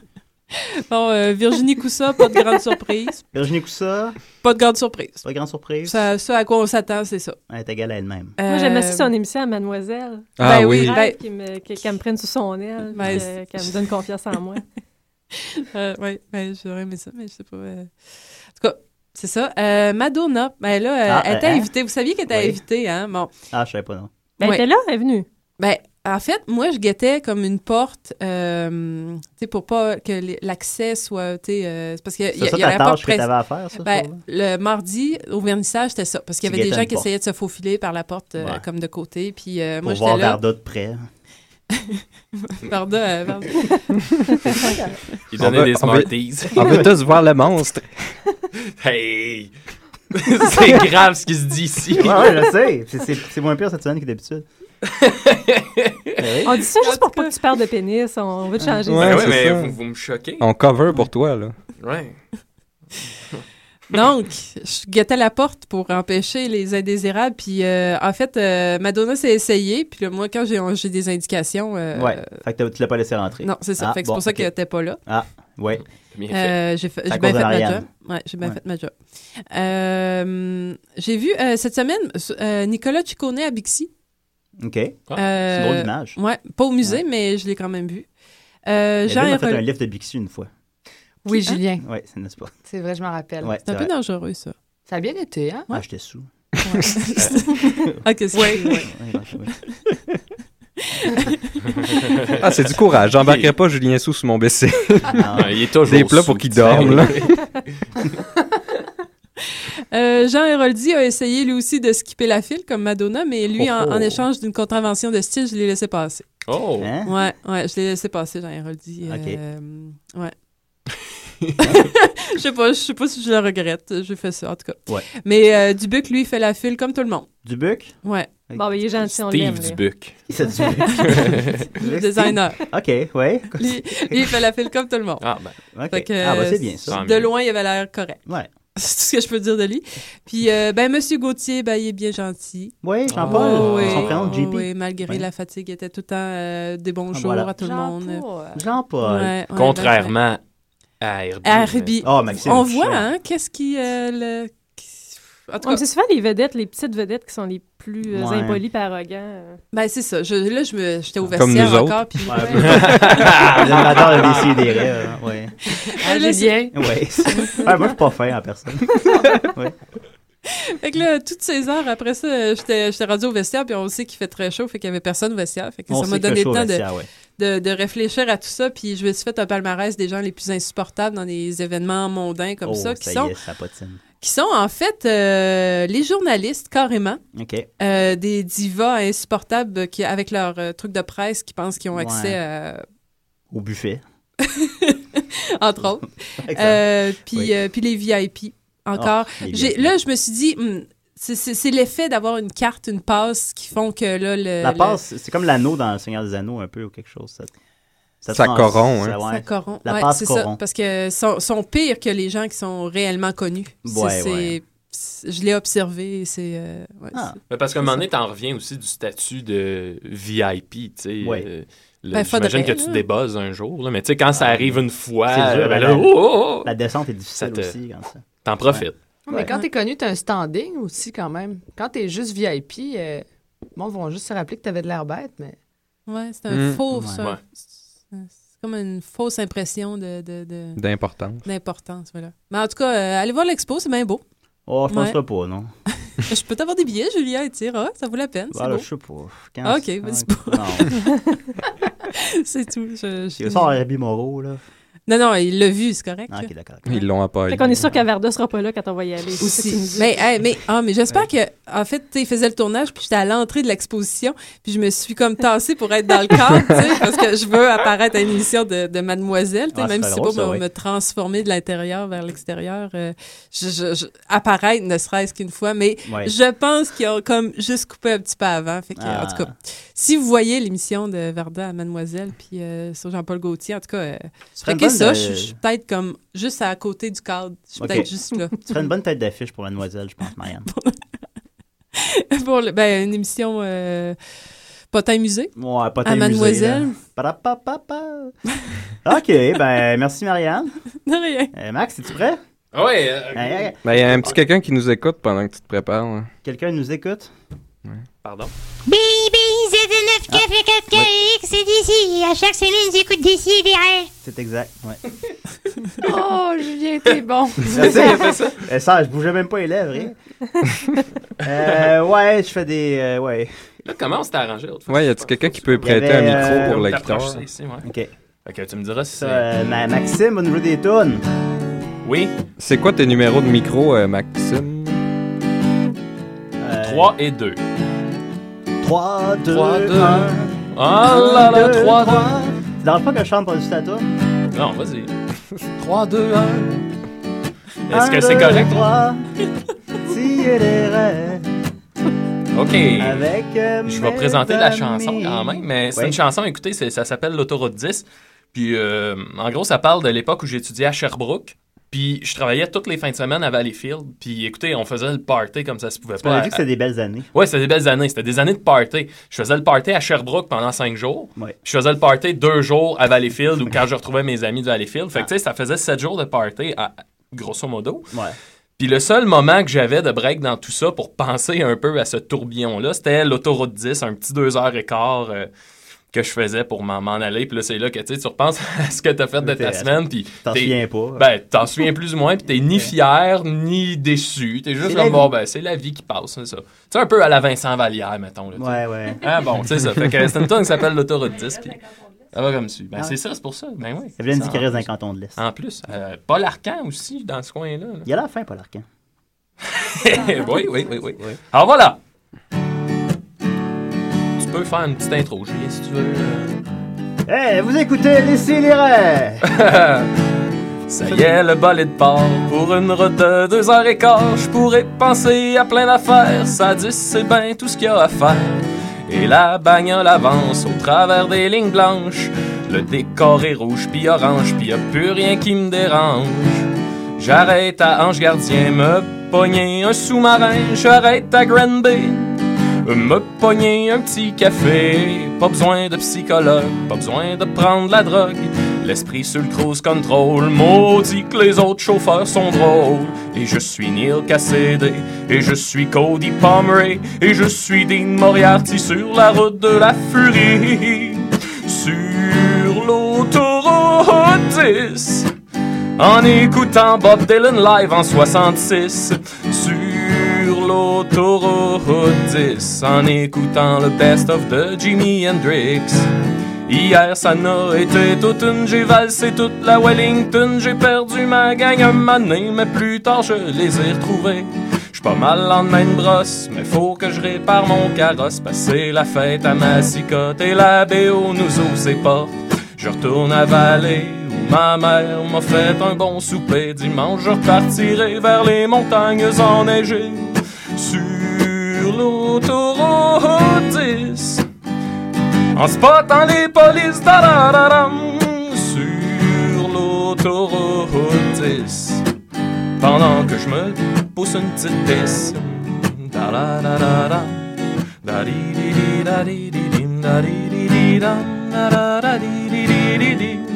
G: Bon, euh, Virginie Coussa, pas de grande surprise.
F: Virginie Coussa,
G: Pas de grande surprise.
F: c'est pas grande surprise.
G: Ça, ça à quoi on s'attend, c'est ça.
F: Elle est égale à elle-même.
D: Moi, j'aimais
G: Euh,
D: ça son émission à Mademoiselle.
C: Ah
G: Ben
K: *laughs*
C: oui.
G: oui.
D: Rêve qu'il me- que- Qu'elle me prenne sous son aile,
G: Ben,
D: puis,
G: c'est-
D: euh, qu'elle me donne confiance en moi.
G: *laughs* Euh, ouais, ouais, j'aurais aimé ça, mais je sais pas. euh. En tout cas, c'est ça. Euh, Madonna, ben là, euh,
F: Ah,
G: elle était
F: euh, hein?
G: invitée. Vous saviez qu'elle était
F: Oui.
G: invitée, hein? Bon.
F: Ah, je savais pas, non.
D: Ben,
G: Ouais.
D: elle était là, elle est venue.
G: Ben, en fait, moi, je guettais comme une porte, euh, tu sais, pour pas que les- l'accès soit, tu sais, euh, c'est parce qu'il
F: C'est
G: y,
F: ça
G: y aurait
F: ta
G: pas
F: tâche que
G: presque.
F: t'avais à faire, ça? ce jour-là?
G: Ben, le mardi, au vernissage, c'était ça. Parce qu'il y
F: Tu
G: avait des
F: guettais
G: gens
F: une
G: qui
F: porte.
G: essayaient de se faufiler par la porte, euh,
F: Ouais.
G: comme de côté. Puis euh,
F: Pour
G: moi,
F: voir
G: j'étais là.
F: Varda de près.
G: Varda, euh,
F: *laughs*
G: Varda.
E: Il
C: On
E: donnait
C: veut-
E: des
C: on veut-
E: Smarties. *laughs*
C: On veut tous voir le monstre.
E: Hey! *laughs* c'est grave ce qui se dit ici.
F: Ouais, ouais, je sais. C'est- c'est- C'est moins pire cette semaine que d'habitude.
D: On dit ça juste
G: En tout
D: pour pas que tu parles de pénis. On, on veut te changer.
C: Ouais.
E: Ben
C: c'est
E: mais
C: ça.
E: vous, vous me choquez.
C: On cover pour toi, là.
E: Ouais.
G: Donc, je guettais la porte pour empêcher les indésirables. Puis, euh, en fait, euh, Madonna s'est essayée. Puis, là, moi, quand j'ai j'ai des indications. euh,
F: Ouais. Fait que t'as- tu l'as pas laissé rentrer.
G: Non, c'est ça.
F: Ah,
G: fait que c'est
F: bon,
G: pour ça
F: ok.
G: qu'elle n'était pas là.
F: Ouais.
E: Bien
C: *laughs*
E: fait.
G: Euh, j'ai fait-
F: à
G: j'ai
F: cause
G: bien
F: de
G: fait ma
F: Marianne.
G: job. Ouais, j'ai bien
F: Ouais.
G: fait ma job. Euh, j'ai vu euh, cette semaine euh, Nicolas Ciccone à Bixi.
F: OK. Ah, C'est
G: Euh,
F: une drôle d'image.
G: Ouais, pas au musée, mais je l'ai quand même vu. Euh,
F: Elle
G: Jean
F: a
G: est
F: fait un
G: rel-
F: livre de Bixu une fois.
J: Oui,
G: Qui, hein?
J: Julien.
F: Ouais, c'est n'est-ce pas?
J: C'est vrai, je m'en rappelle.
F: Ouais,
G: C'est un peu dangereux, ça.
J: Ça a bien été, hein?
F: Ah, j'étais sous. *laughs*
G: ah, qu'est-ce que c'est?
F: Ouais, ouais,
G: *laughs*
F: ouais.
C: Ah, c'est du courage. J'embarquerai pas Julien Sous sous mon BC.
F: Non,
E: Ah, il est toujours
C: Des plats pour
E: sous,
C: qu'il
E: tu sais.
C: dorme, là.
G: Euh, Jean Héroldi a essayé lui aussi de skipper la file comme Madonna, mais lui, en,
E: Oh, oh.
G: en échange d'une contravention de style, je l'ai laissé passer.
E: *laughs* Oh!
F: Hein?
G: Ouais, ouais, je l'ai laissé passer, Jean Héroldi.
F: Ok.
G: Euh,
F: *laughs*
G: ouais. je sais pas, je sais pas si je le regrette. J'ai fait ça, en tout cas.
F: Ouais.
G: Mais euh, Dubuc, lui, fait la file comme tout le monde.
F: Dubuc?
G: Ouais,
J: Ah
D: Bon, ben, il est gentil, on l'aime.
E: Steve
D: lui.
E: Dubuc.
F: C'est *laughs* Dubuc.
G: le designer.
F: OK, ouais.
G: lui, lui, il fait la file comme tout le monde.
E: Ah, ben.
F: OK.
G: Fait que,
F: Ah, bah, c'est
G: euh,
F: bien ça.
E: Tant
G: De
E: mieux.
G: loin, il avait l'air correct.
F: Ouais.
G: *laughs* C'est tout ce que je peux dire de lui. Puis, euh, ben, Monsieur Gauthier, ben, il est bien gentil.
F: Ouais, Jean-Paul.
G: Oh, oui.
F: Son prénom, JP.
G: Oui, malgré
F: Ouais.
G: la fatigue, il était tout le temps euh, des bons
F: Ah,
G: jours
F: voilà.
G: à tout le
J: Jean
G: monde.
J: Paul.
F: Jean-Paul.
G: Ouais, ouais,
E: Contrairement à Herbie.
G: ben, ouais. Herbie.
F: Oh, Maxime,
G: On
F: tu
G: voit,
F: sens.
G: hein, qu'est-ce qui. euh, le... qui- En
D: Ouais,
G: tout
D: mais
G: cas,
D: c'est souvent les vedettes, les petites vedettes qui sont les plus euh,
F: Ouais.
D: impolies par arrogants. euh.
G: ben, c'est ça. Je- là, je me- j'étais au
C: Comme
G: vestiaire
C: nous
G: encore. *laughs* Puis,
F: Ouais, mais- Les amateurs de décider des rêves. hein, Ouais.
G: Ah, là, c'est- *laughs*
J: Julien.
F: Ouais. Ah, moi, je suis pas fin en personne.
G: fait que là, toutes ces heures après ça, euh, j'étais j'étais rendue au vestiaire, puis on sait qu'il fait très chaud, fait qu'il y avait personne au vestiaire. Fait que
F: On
G: ça
F: sait
G: m'a
F: que
G: donné
F: chaud
G: le temps de,
F: vestiaire, ouais.
G: de, de réfléchir à tout ça, puis je me suis fait un palmarès des gens les plus insupportables dans des événements mondains comme
F: Oh,
G: ça, qui
F: y
G: sont,
F: est, ça patine.
G: qui sont en fait euh, les journalistes carrément,
F: OK.
G: euh, des divas insupportables qui, avec leurs euh, trucs de presse, qui pensent qu'ils ont accès, euh,
F: Ouais.
G: à-
F: Au buffet. *laughs*
G: entre autres,
F: Excellent.
G: Euh, puis
F: Oui. Oh,
G: euh, puis les VIP encore.
F: les
G: J'ai-
F: VIP.
G: là, je me suis dit, hmm, c'est- c'est c'est l'effet d'avoir une carte, une passe qui font que là, le,
F: La
G: le-
F: passe, c'est comme l'anneau dans Le Seigneur des Anneaux, un peu, ou quelque chose. Ça,
C: Ça
F: trans-
C: corrompt, hein.
F: ça- ouais.
G: Ça corrompt.
F: La
G: Ouais,
F: passe
G: c'est ça.
F: corrompt.
G: Parce que sont, sont pires que les gens qui sont réellement connus. C'est-
F: Ouais,
G: c'est-
F: ouais.
G: c'est- Je l'ai observé. C'est. euh, ouais,
F: Ah.
G: c'est-
E: Mais parce qu'à un moment donné, t'en reviens aussi du statut de VIP, tu sais.
F: Ouais.
E: euh, le-
G: Ben, faudrait,
E: J'imagine que tu
G: là.
E: débuzzes un jour, là, mais tu sais, quand
C: Ah,
E: ça arrive une fois,
F: C'est dur,
E: ben
F: hein,
E: là,
F: la-
E: oh, oh, oh,
F: La descente est difficile
E: Ça te-
F: aussi. Quand ça.
E: t'en profites.
J: Non, mais quand t'es connu, t'as un standing aussi quand même. Quand t'es juste VIP, euh, le monde va juste se rappeler que t'avais de l'air bête, mais
G: ouais, c'est un
C: Mm.
G: faux.
F: Ouais.
G: ça.
E: Ouais.
G: C'est c'est comme une fausse impression de. de- de-
C: D'importance.
G: d'importance, voilà. Mais en tout cas, euh, allez voir l'expo, c'est bien beau.
F: Oh, je pense
G: Ouais.
F: que pas, non.
G: *laughs* Je peux t'avoir des billets, Julien, et dire, ah, ça vaut la peine, c'est
F: Voilà,
G: beau.
F: Bah, je sais pas. Quand-
G: Ok, vas-y
F: Ah, Non,
G: pas. *laughs* c'est tout. Je, je-
F: c'est ça, Herbie Moreau, là.
H: Non, non, il l'a vu, c'est correct.
F: Ah,
H: là.
F: ok, d'accord. d'accord.
C: Ils l'ont appareillé.
K: Fait qu'on est sûr qu'Averda sera pas là quand on va y aller. C'est une
H: Aussi.
K: idée.
H: Mais, hey, mais, ah, mais j'espère que, en fait, tu sais, il faisait le tournage, puis j'étais à l'entrée de l'exposition, puis je me suis comme tassée pour être dans le cadre, tu sais, parce que je veux apparaître à une émission de, de Mademoiselle, tu sais,
F: Ah,
H: même
F: c'est
H: si c'est
F: drôle,
H: pas
F: ça,
H: me,
F: oui.
H: me transformer de l'intérieur vers l'extérieur, euh, je, je- je- apparaître ne serait-ce qu'une fois, mais
F: Ouais.
H: je pense qu'ils ont comme juste coupé un petit peu avant. Fait que,
F: Ah.
H: En tout cas, si vous voyez l'émission de Verda à Mademoiselle, puis euh, sur Jean-Paul Gaultier, en tout cas, euh,
F: Tu
H: fait
F: ferais une
H: que
F: bonne,
H: ça,
F: euh,
H: je je suis peut-être comme juste à côté du cadre, je suis
F: Ok.
H: peut-être juste là. *laughs*
F: Tu ferais une bonne tête d'affiche pour Mademoiselle, je pense, Marianne.
H: pour le- ben, une émission euh, Potin Musée
F: Ouais, pas
H: à
F: t'amuser,
H: Mademoiselle.
F: là. Parapapapa. *laughs* OK, ben merci
H: *laughs*
F: Marianne.
H: Non, rien.
F: Euh, Max, es-tu prêt? Eh,
E: Ah ouais.
F: Hey, hey, hey.
C: Ben, il y a un petit quelqu'un qui nous écoute pendant que tu te prépares. hein. là.
F: Quelqu'un nous écoute?
E: Pardon.
F: C'est exact, ouais.
E: *laughs*
G: Oh, Julien, t'es *laughs* bon.
F: Merci. Euh, ça, je bougeais même pas les lèvres.
E: *laughs*
F: hein. Euh, ouais, je fais des... euh, ouais,
E: Là, comment on s'est arrangé l'autre fois?
C: Ouais, y a-tu quelqu'un qui peut
F: y avait,
C: prêter un micro
F: euh,
C: pour la
E: T'approches,
C: guitare?
E: c'est ici, ouais.
F: OK.
E: Fait que tu me diras si
F: Ça,
E: c'est...
F: euh, ma- Maxime va nous jouer des tunes.
E: Oui,
C: C'est quoi tes numéros de micro, euh, Maxime?
F: Euh,
E: 3 et 2.
F: 3, 2,
E: Trois,
F: 1.
E: deux, Oh là là, 3, 2...
F: C'est dans le pas que je chante pour du tatou.
E: Non, vas-y.
F: *laughs*
E: 3, 2, 1. Est-ce que c'est correct? *laughs*
F: Tirer les rêves
E: OK.
F: avec euh,
E: Je vais
F: mes
E: présenter la
F: amis.
E: chanson quand même, mais c'est
F: Oui.
E: une chanson, écoutez, c'est- ça s'appelle L'autoroute 10. Puis, euh, en gros, ça parle de l'époque où j'étudiais à Sherbrooke. Puis, je travaillais toutes les fins de semaine à Valleyfield. Puis, écoutez, on faisait le party comme ça se pouvait
F: On a
E: pas.
F: dit que c'était des belles années.
E: Ouais, c'était des belles années. C'était des années de party. Je faisais le party à Sherbrooke pendant cinq jours.
F: Ouais.
E: Je faisais le party deux jours à Valleyfield
F: *laughs*
E: ou quand je retrouvais mes amis de Valleyfield. Fait que, tu sais, ça faisait sept jours de party, à- grosso modo.
F: Ouais.
E: Puis le seul moment que j'avais de break dans tout ça pour penser un peu à ce tourbillon-là, c'était l'autoroute 10, un petit 2h15 euh, que je faisais pour m'en m'en aller. Puis là, c'est là que tu sais, tu repenses *laughs* à ce que t'as fait de ta
F: Intéressant.
E: semaine. Puis
F: T'en
E: t'es-
F: souviens pas.
E: Ben, t'en souviens plus ou moins, puis t'es ni fier, ni déçu. T'es
F: C'est
E: juste
F: la
E: comme,
F: vie.
E: bon, ben, c'est la vie qui passe, c'est ça. Tu sais, un peu à la Vincent Vallière, mettons. Là, tu sais.
F: ouais, ouais.
E: Ah bon, c'est ça. Fait que c'est une tune qui s'appelle l'autoroute 10, puis ça va comme suit. Ben, c'est ça, c'est pour ça. Ben oui.
F: Evelyne
E: Ça,
F: dit qu'elle reste dans le canton de l'Est.
E: En plus, euh, Paul Arcan aussi, dans ce coin-là. là.
F: Il y a la fin, Paul Arcan. *laughs*
E: *laughs* oui, oui, oui, oui. Alors voilà. Tu peux faire une petite intro, Julien, si tu veux. euh,
F: Eh, vous écoutez Laissez les rêves.
E: Ça y est, le balai de port. Pour une route de deux heures et quart, je pourrais penser à plein d'affaires. Ça dit, c'est bien tout ce qu'il y a à faire. Et la bagnole avance au travers des lignes blanches. Le décor est rouge puis orange, puis y a plus rien qui me dérange. J'arrête à Ange Gardien, me pogner un sous-marin. J'arrête à Grand Bay, Euh, me pogner un petit café. Pas besoin de psychologue, pas besoin de prendre la drogue. L'esprit sur le cruise control, maudit que les autres chauffeurs sont drôles. Et je suis Neil Cassidy, et je suis Cody Pomeray, et je suis Dean Moriarty sur la route de la furie. Sur l'autoroute 10 en écoutant Bob Dylan live en 66 sur l'autoroute 10, en écoutant le best of de Jimi Hendrix. Hier, ça n'a été toute une, j'ai valsé toute la Wellington, j'ai perdu ma gang un mané, mais plus tard je les ai retrouvés. J'suis pas mal en main de brosse, mais faut que je répare mon carrosse, passer la fête à Massicotte et la BO nous ouvre ses portes. Je retourne à Vallée où ma mère m'a fait un bon souper. Dimanche, je repartirai vers les montagnes enneigées. Sur l'autoroute 10, en spotant les polices, da-da-da-dam. sur l'autoroute 10, pendant que je me pousse une petite pisse. Da-da-da-da-dam. Da-di-di-di-da-di-di-dim, da-di-di-di-dam, da-da-da-di-di-di-di-dim.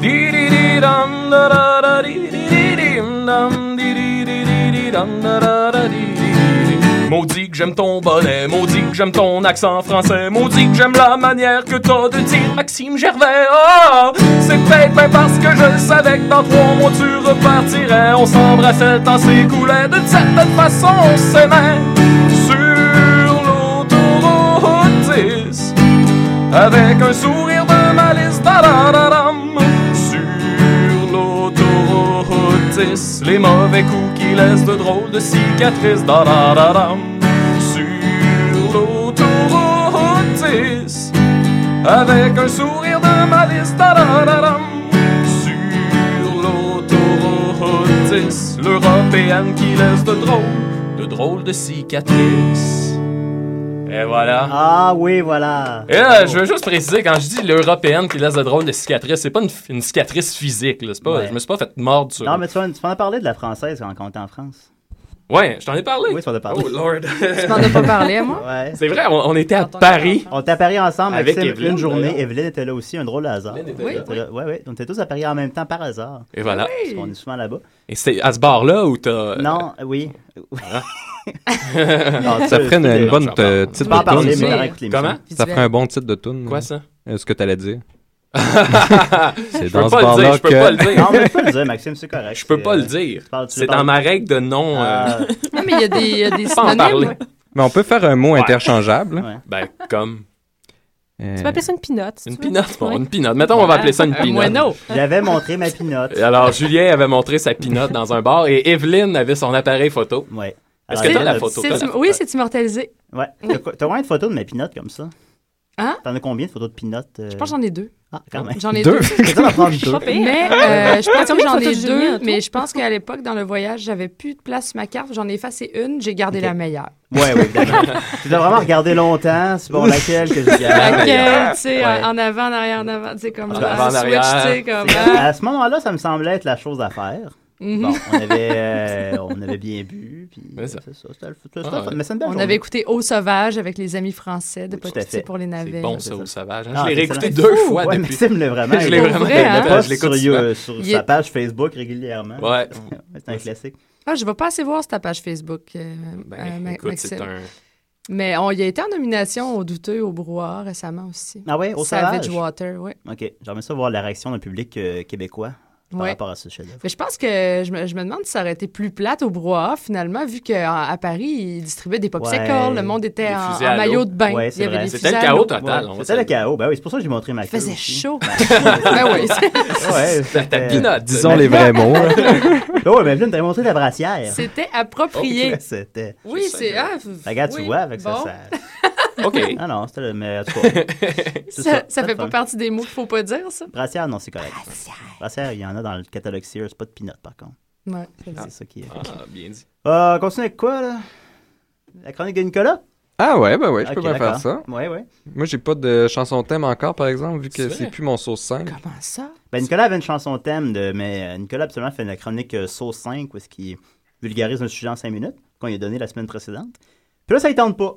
E: Di-di-di-dam, da-da-da-di-di-di-dim, dam, di-di-di-di-di-dam, da-da-da-di-di-di-dim. Maudit que j'aime ton bonnet, maudit que j'aime ton accent français, maudit que j'aime la manière que t'as de dire Maxime Gervais. Ah, c'est peut-être bien parce que je le savais que dans trois mois tu repartirais. On s'embrassait, tant s'écoulait, d'une certaine façon on s'aimait sur l'autoroute 10 avec un sourire de malice da da da dam sur 66, les mauvais coups qui laissent de drôles de cicatrices. Da, da, da, dam. Sur l'autoroute 10, avec un sourire de malice. Da, da, da, dam. Sur l'autoroute 10, l'européenne qui laisse de drôles, de drôles de cicatrices. Et voilà.
F: Ah oui, voilà.
E: Et là, je veux juste préciser, quand je dis l'européenne qui laisse de drôles de cicatrices, c'est pas une, une cicatrice physique. Là. C'est Pas,
F: Ouais.
E: Je me suis pas fait mordre sur.
F: Non, mais tu en, tu en as parlé de la française quand on était en France.
E: Ouais, je t'en ai parlé.
F: Oui, tu en as parlé.
E: Oh Lord.
G: Tu m'en as pas parlé à moi?
F: Ouais.
E: *laughs* c'est vrai, on, on était à
G: Quand on
E: Paris.
G: était enfant.
F: On était à Paris ensemble,
E: Avec
F: Maxime,
E: Evelyne,
F: une journée.
E: d'ailleurs.
F: Evelyne était là aussi, un drôle de hasard.
E: Evelyne était
F: oui,
E: là.
F: oui. Ouais, ouais. On était tous à Paris en même temps par hasard.
E: Et voilà.
F: Parce qu'on est souvent là-bas.
E: Et c'était à ce bar-là où t'as.
F: non, oui.
E: Ah.
F: *laughs*
C: Ça ferait une, une
F: bonne...
C: bonne
E: j'en parle.
C: euh,
E: Tu
C: titre
F: Tu peux en
C: de
F: parler,
C: tune.
G: c'est
F: mais
G: ça.
F: arrête les
E: Comment
C: Ça ferait un bon titre de tune.
E: Quoi ça
C: euh, Ce que t'allais dire. c'est
E: Je peux pas le dire, je peux pas le dire.
F: Non, mais tu peux le dire, Maxime, c'est correct.
E: Je peux
F: C'est,
E: pas
F: euh,
E: le dire.
F: tu parles- tu
E: C'est
F: parles-
E: dans ma règle de non. euh,
F: Ah,
G: *laughs* Non, mais il y a des, il y a des
E: *laughs* Pas en parler.
G: synonymes.
C: Mais on peut faire un mot interchangeable.
F: Ouais.
E: Ben, comme.
C: Euh,
K: Tu peux appeler ça une pinotte. si
E: Une
K: tu veux.
E: pinotte, bon,
K: Ouais.
E: une pinotte. Mettons, on va appeler ça une
G: Un
E: pinotte.
G: moineau.
F: J'avais montré ma pinotte.
E: Et Alors, Julien avait montré sa pinotte dans un bar et Evelyne avait son appareil photo.
F: Ouais.
E: Est-ce
F: Alors,
E: que t'as
F: Evelyne
E: la
F: a-
E: photo?
G: C'est-
E: T'as la-
K: Oui, c'est immortalisé.
F: Ouais. T'as quoi- T'as combien de photos de ma pinotte comme ça?
G: Hein?
F: T'en as combien de photos de pinotte? euh?
G: Je pense que j'en ai deux.
F: Ah,
G: *laughs*
F: quand même.
G: J'en ai
C: Deux.
G: deux.
F: C'est ça, on va prendre deux.
K: Pas pire.
G: Mais euh, je pense que
K: Combien de
G: j'en ai
K: photos de Julien,
G: deux,
K: toi?
G: mais je pense qu'à l'époque, dans le voyage, j'avais plus de place sur ma carte. J'en ai effacé une, j'ai gardé
F: Ok.
G: la meilleure.
F: Ouais, ouais, évidemment.
G: *laughs*
F: tu dois vraiment regarder longtemps,
E: *laughs*
F: c'est pour laquelle que je ah, garde.
G: Laquelle, tu sais,
F: Ouais.
G: en avant, en arrière, en avant, tu sais, comme
E: En
G: là,
E: avant, en
G: switch,
E: arrière.
G: tu sais, comme... hein.
F: À ce moment-là, ça me semblait être la chose à faire.
G: Mhm.
F: Bon, on avait, euh, on avait bien bu, puis
E: Mais ça.
F: c'est ça, c'était le- c'était
E: Ah, ouais.
F: le- mais c'est une belle
G: On
F: journée.
G: avait écouté Eau sauvage avec les amis français de
F: Oui, tout à
G: Petit
F: fait.
G: pour les
E: C'est
G: navets.
E: bon,
F: c'est
E: ça,
F: ça.
E: au sauvage. hein.
F: Ah,
E: je l'ai
F: c'est
E: réécouté
F: excellent.
E: deux fois
F: Ouais,
E: depuis.
F: Maxime l'a *laughs* vraiment.
E: Je
F: il
E: l'ai
G: Pour
E: vraiment
G: vrai, hein?
E: depuis,
F: poste
E: Je l'écoute
F: sur,
E: souvent.
F: euh, sur
G: Il
F: sa
G: est-
F: page Facebook régulièrement.
E: Ouais.
F: *laughs* C'est un classique.
G: Ah, je vais pas assez voir sur ta page Facebook, euh, euh,
E: Ben,
G: Ma-
E: écoute,
G: Maxime.
E: c'est un.
G: Mais on y a été en nomination au douteux au brouhaha récemment aussi.
F: Ah ouais, au
G: Savage
F: sauvage.
G: Water, oui.
F: Ok, j'aimerais ça voir la réaction d'un public euh, québécois par
G: Ouais.
F: rapport à ce chef-d'œuvre.
G: Mais je pense que je me, je me demande si ça aurait été plus plate au brouhaha, finalement, vu qu'à Paris, ils distribuaient des popsicles,
F: Ouais.
G: le monde était
E: Des
G: en,
E: fusées à
G: en maillot
E: l'eau.
G: de bain.
F: Ouais, c'est
G: Il y avait
F: vrai.
G: des
F: C'était
G: fusées
E: le
G: à
E: chaos
G: l'eau.
E: total. on
F: C'était le
E: sait.
F: chaos, ben oui, c'est pour ça que j'ai montré ma
G: Il
F: queue.
G: faisait
F: aussi.
G: chaud.
F: Ouais,
G: ben oui.
F: *laughs* ouais,
E: Ta
F: c'était-
E: pinotte.
C: Disons les vrais mots.
F: Ben ouais, mais Evelyne, t'avais montré ta brassière.
G: C'était approprié.
F: *laughs* C'était.
G: Oui,
E: Je sais
G: c'est.
E: que-
G: Ah, f-
F: Regarde, tu
G: oui,
F: vois, avec ça,
G: bon.
F: ça.
E: OK.
F: *laughs* Ah non, c'était le. Mais en tout cas, c'est
G: Ça, ça
F: c'est
G: fait
F: le
G: pas
F: fun.
G: partie des mots qu'il faut pas dire, ça.
F: Brassière, non, c'est correct. Brassière. il y en a dans le catalogue Sears, pas de peanut par contre.
G: Ouais, c'est
F: C'est ça qui est.
E: Ah, bien dit.
F: Euh, continue avec quoi, là La chronique de Nicolas
C: *laughs* Ah ouais, ben ouais, je
F: Ok,
C: peux bien faire
F: d'accord.
C: ça.
F: Ouais, ouais.
C: Moi, j'ai pas de chanson thème encore, par exemple, vu
E: C'est
C: que
E: vrai?
C: c'est plus mon sauce 5.
G: Comment ça?
F: Ben, Nicolas avait une chanson thème, de, mais euh, Nicolas absolument fait une chronique euh, Sauce 5 où est-ce qu'il vulgarise un sujet en 5 minutes qu'on lui a donné la semaine précédente. Puis là, ça ne
C: *laughs*
F: tente pas.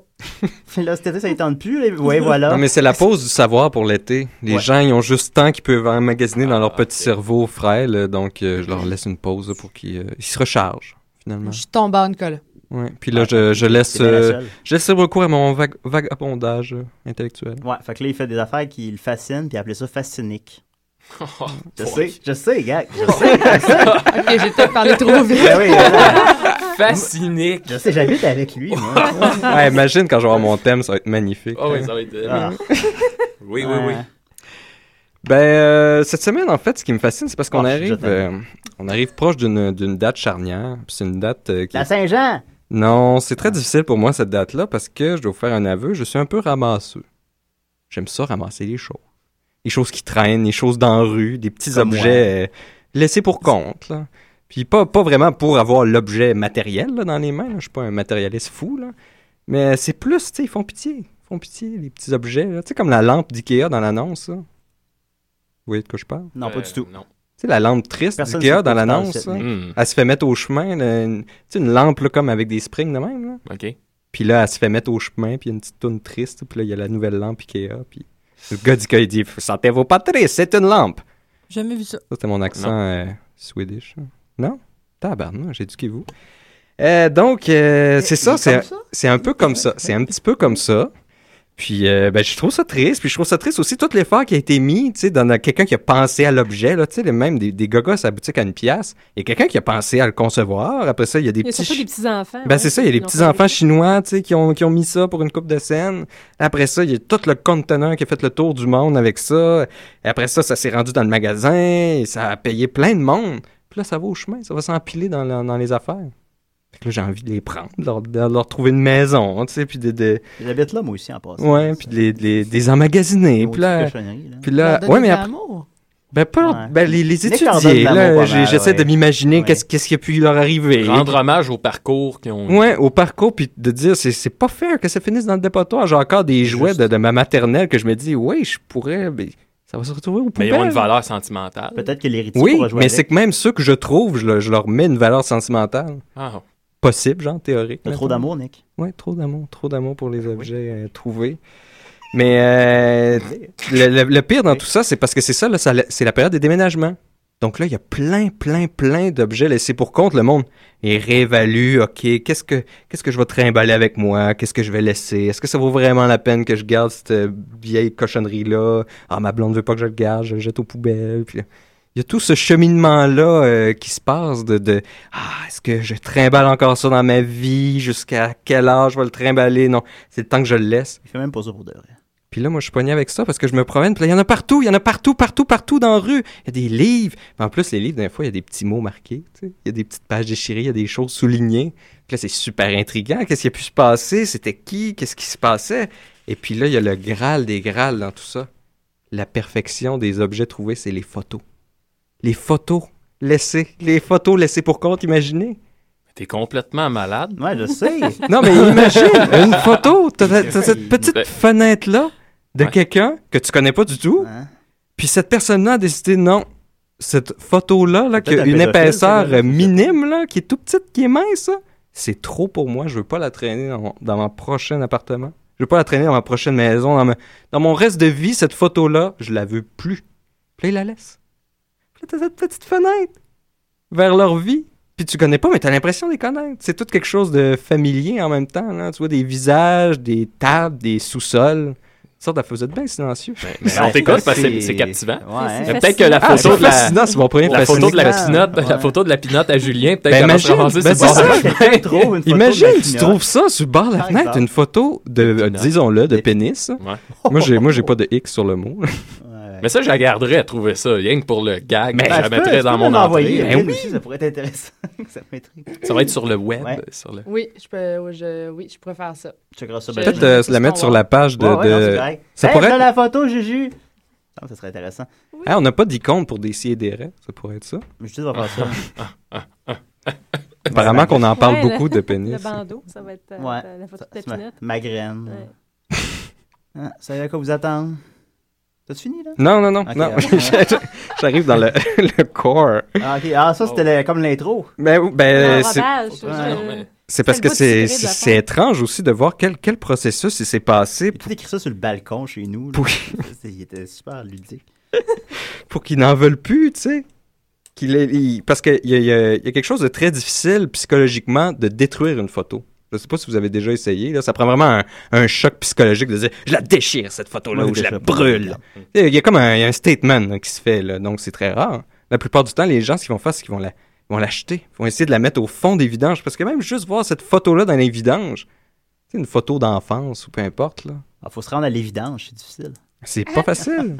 F: Puis là, cet été, ça ne tente plus. là. Ouais, voilà.
C: Non, mais c'est la pause du savoir pour l'été. Les
F: Ouais.
C: gens, ils ont juste tant qu'ils peuvent emmagasiner dans leur
E: Ah,
C: petit
E: ok.
C: cerveau frêle, donc euh, je leur laisse une pause là, pour qu'ils euh, ils se rechargent, finalement.
G: Je tombe en Nicolas.
C: Ouais. Puis là, je, je laisse,
F: C'est bien la
C: euh,
F: seule.
C: je laisse libre cours à mon vague- vagabondage euh, intellectuel.
F: Ouais, fait que là, il fait des affaires qui le fascinent, puis il appelait
C: *laughs*
F: ça fascinique.
C: Oh,
F: Je sais, je sais, gars. Je sais,
G: Ok, j'ai peut-être parlé
F: *laughs*
G: trop vite.
C: *laughs*
F: Ben oui, voilà.
E: Fascinique.
F: je sais, j'habite avec lui, moi.
C: Ouais, imagine quand je vais avoir mon thème, ça va être magnifique.
E: Oh, oui, ça va être. euh,
F: Ah.
E: Oui, oui, oui.
F: Ouais.
C: Ben, euh, cette semaine, en fait, ce qui me fascine, c'est parce qu'on
F: Oh, je
C: arrive,
F: t'aime.
C: euh, on arrive proche d'une d'une date charnière. Puis C'est une date euh, qui
F: La Saint-Jean!
C: Non, c'est très difficile pour moi cette date-là parce que je dois vous faire un aveu, je suis un peu ramasseux. J'aime ça ramasser les choses. Les choses qui traînent, les choses dans la rue, des petits
F: Comme moi.
C: objets euh, laissés pour compte. là. Puis pas, pas vraiment pour avoir l'objet matériel là, dans les mains, là. je suis pas un matérialiste fou, là. mais c'est plus, tu sais, ils font pitié. Ils font pitié, les petits objets. là. Tu sais, comme la lampe d'IKEA dans l'annonce. là. Vous voyez de quoi je parle?
F: Non, Ah, pas
E: Euh,
F: du tout.
E: Non.
C: Tu sais, la lampe triste
F: Personne sait
C: d'IKEA
F: de quoi
C: dans
F: tu parles,
C: l'annonce.
F: cette
C: là.
F: nuit.
E: Hmm,
C: Elle se fait mettre au chemin, là, une, tu sais, une lampe là, comme avec des springs de même. là.
E: OK.
C: Puis là, elle se fait mettre au chemin, puis il y a une petite toune triste, puis là, il y a la nouvelle lampe Ikea, puis le gars d'Ikea, il dit « Sentez-vous pas triste, c'est une lampe!
H: Jamais vu ça. »
C: Ça, c'était mon accent euh, swedish. hein. Non? Tabarnak, éduquez-vous. Euh, donc, euh, c'est ça,
F: c'est
C: c'est
F: comme ça?
C: c'est un peu comme ça. C'est un petit peu comme ça. Puis, euh, ben, je trouve ça triste. Puis, je trouve ça triste aussi tout l'effort qui a été mis, tu sais, dans dans quelqu'un qui a pensé à l'objet, là, tu sais, les- même des, des gogos à la boutique à une pièce. Il y a quelqu'un qui a pensé à le concevoir. Après ça, il y a des
K: Il y a
C: petits...
K: surtout des petits-enfants.
C: Ben,
K: ouais.
C: c'est ça, il y a les
K: Ils ont
C: petits-enfants
K: fait-
C: chinois, tu sais, qui ont, qui ont mis ça pour une coupe de scène. Après ça, il y a tout le conteneur qui a fait le tour du monde avec ça. Et après ça, ça s'est rendu dans le magasin, et ça a payé plein de monde. Puis là, ça va au chemin, ça va s'empiler dans, la- dans les affaires. Fait que là, j'ai envie de les prendre, de leur, de leur trouver une maison, hein, tu sais, puis de, de-
F: J'habite là, moi aussi, en passant.
C: ouais, puis de les, de les- de les emmagasiner.
F: Et
C: Puis là, puis là,
G: Leur donner
C: ouais, mais
G: de
C: après,
G: l'amour.
C: ben, pas-
F: Ouais.
C: ben, les, les
F: Les cordons de
C: étudier,
F: l'amour,
C: là,
F: pas
C: j'ai-
F: mal,
C: j'essaie de
F: ouais.
C: m'imaginer
F: Ouais.
C: qu'est-ce, qu'est-ce qui a pu leur arriver.
E: Rendre hommage au parcours qu'ils ont eu.
C: Ouais, au parcours, puis de dire, c'est, c'est pas fair que ça finisse dans le dépotoir. J'ai encore des jouets de, de ma maternelle que je me dis, oui, je pourrais, mais ça va se retrouver au poubelles.
E: Mais ils ont une valeur sentimentale.
F: Peut-être que l'héritier
C: Oui,
F: pourra jouer
C: mais
F: avec.
C: c'est que même ceux que je trouve, je, le- je leur mets une valeur sentimentale.
E: Ah.
C: Possible, genre, théorique.
F: T'as trop
C: mettons.
F: d'amour, Nick.
C: Oui, trop d'amour. Trop d'amour pour les objets euh, trouvés. Mais euh, le, le- le pire dans tout ça, c'est parce que c'est ça, là, ça- c'est la période des déménagements. Donc là, il y a plein, plein, plein d'objets laissés pour compte. Le monde est réévalue. OK, qu'est-ce que, qu'est-ce que je vais trimballer avec moi? Qu'est-ce que je vais laisser? Est-ce que ça vaut vraiment la peine que je garde cette euh, vieille cochonnerie-là? Ah, ma blonde veut pas que je le garde, je le jette aux poubelles. Puis là, il y a tout ce cheminement-là euh, qui se passe de, de ah, est-ce que je trimballe encore ça dans ma vie? Jusqu'à quel âge je vais le trimballer? Non, c'est le temps que je le laisse.
F: Il fait même pas ça pour de vrai.
C: Puis là, moi, je suis pogné avec ça parce que je me promène. Puis là, il y en a partout, il y en a partout, partout, partout dans la rue. Il y a des livres. Mais en plus, les livres, des fois, il y a des petits mots marqués. tu sais. Il y a des petites pages déchirées, il y a des choses soulignées. Puis là, c'est super intriguant. Qu'est-ce qui a pu se passer? C'était qui? Qu'est-ce qui se passait? Et puis là, il y a le graal des graals dans tout ça. La perfection des objets trouvés, c'est les photos. Les photos laissées. Les photos laissées pour compte, imaginez.
E: T'es complètement malade.
F: Ouais, je sais. *laughs*
C: Non, mais imagine une photo. T'as t'as cette
E: Ben-
C: petite fenêtre-là de
E: Ouais.
C: quelqu'un que tu connais pas du tout.
F: Hein?
C: Puis cette personne-là a décidé, non, cette photo-là, là, qui
F: Peut-être
C: a
F: un
C: une
F: pédophile, ça,
C: épaisseur
F: là,
C: euh,
F: c'est ça.
C: minime, là, qui est tout petite, qui est mince, là, c'est trop pour moi. Je veux pas la traîner dans mon, dans mon prochain appartement. Je veux pas la traîner dans ma prochaine maison. Dans, ma- dans mon reste de vie, cette photo-là, je la veux plus. Puis là, il la laisse. Puis là, t'as cette petite fenêtre vers leur vie. Puis tu connais pas, mais t'as l'impression de les connaître. C'est tout quelque chose de familier en même temps. Là. Tu vois des visages, des tables, des sous-sols. Ça, ça faisait de bien silencieux. *laughs*
E: Mais on
F: Ouais,
E: t'écoute
F: ça,
E: parce que c'est- c'est captivant.
F: Ouais.
K: C'est-
F: hein.
K: c'est
E: Peut-être que la
C: Ah,
E: photo
C: c'est
E: de la,
C: fascinant, c'est mon premier
E: la photo de la
F: Fascinant.
E: pinotte, la
F: Ouais.
E: photo de la pinotte à Julien, peut-être
C: Ben,
E: qu'elle va se
C: imagine,
E: ramasser
C: ben,
E: sur le
C: c'est
E: bord
C: ça.
E: de la
F: Quelqu'un
E: fenêtre.
F: trouve une photo
C: Imagine,
F: de la
C: tu
F: pinotte.
C: trouves ça sur le bord de la
F: Par
C: fenêtre,
F: exemple.
C: une photo de, euh,
E: pinottes.
C: disons-le, de
F: Des-
C: pénis.
F: *laughs*
E: Ouais.
C: Moi, j'ai, moi, j'ai pas de X sur le mot.
F: Ouais.
E: Mais ça, je la garderais à trouver ça, rien que pour le gag.
C: Mais-
E: je
F: Ben,
E: la
F: tu peux-
E: mettrais
F: tu
E: dans
F: peux
E: mon
F: me l'envoyer,
E: entrée.
C: Ben
F: Lynn,
C: oui.
F: aussi, Ça pourrait être intéressant. ça m'intrigue.
E: Ça va être sur le web.
F: Ouais.
E: Sur le...
G: Oui, je peux, oui, je, oui, je pourrais faire ça.
F: Tu checkeras ça. ben,
C: Peut-être
G: Je-
C: euh, se la mettre sur la page de.
F: Ouais, ouais, non,
C: de-
F: c'est correct.
C: Ça
F: Hey,
C: pourrait
F: t'as
C: être-
F: la photo, Juju. Non, ça serait intéressant.
C: Ah, on n'a pas d'icône pour des si et des raies. Ça pourrait être ça.
F: Mais je dis, on va faire ça.
C: *laughs* Apparemment qu'on en parle
K: Ouais,
C: beaucoup de
K: *laughs* Le
C: pénis.
K: bandeau, ça va être euh,
F: Ouais.
K: ta- la photo
F: Ça,
K: de ta
F: c'est ma-
K: pinotte.
F: Ma graine.
K: Ouais.
F: *laughs* Ah, ça y est, à quoi vous attendre? T'as-tu fini, là?
C: Non, non, non.
F: Ok,
C: non.
F: ouais.
C: *laughs* J'arrive dans le, *laughs* le corps.
F: Ah, ok. Ah, ça, c'était le- comme l'intro.
C: Mais ben, c'est,
K: L'enrobage, je-
F: Ouais,
E: non, mais-
C: c'est parce
K: C'est
C: que
K: le bout
C: c'est,
K: du ciré de la
C: c'est- c'est étrange aussi de voir quel, quel processus il s'est passé
F: J'ai tout écrit ça sur le balcon chez nous. là. C'est- Il était super ludique.
C: pour qu'ils n'en veulent plus, tu sais. Qu'il est- il- parce qu'il y, a- il y a il y a quelque chose de très difficile psychologiquement de détruire une photo. Je sais pas si vous avez déjà essayé. Là, ça prend vraiment un, un choc psychologique de dire je la déchire cette photo-là
F: Moi,
C: ou
F: je
C: je la
F: déchire pas.
C: brûle. Il y a- il y a comme un, il y a un statement là, qui se fait, là, donc c'est très rare. La plupart du temps, les gens, ce qu'ils vont faire, c'est qu'ils vont la- ils vont l'acheter. Ils vont essayer de la mettre au fond des vidanges. Parce que même juste voir cette photo-là dans les vidanges, c'est une photo d'enfance ou peu importe, là.
F: Il Ah, faut se rendre à l'évidence, c'est difficile.
C: C'est pas facile.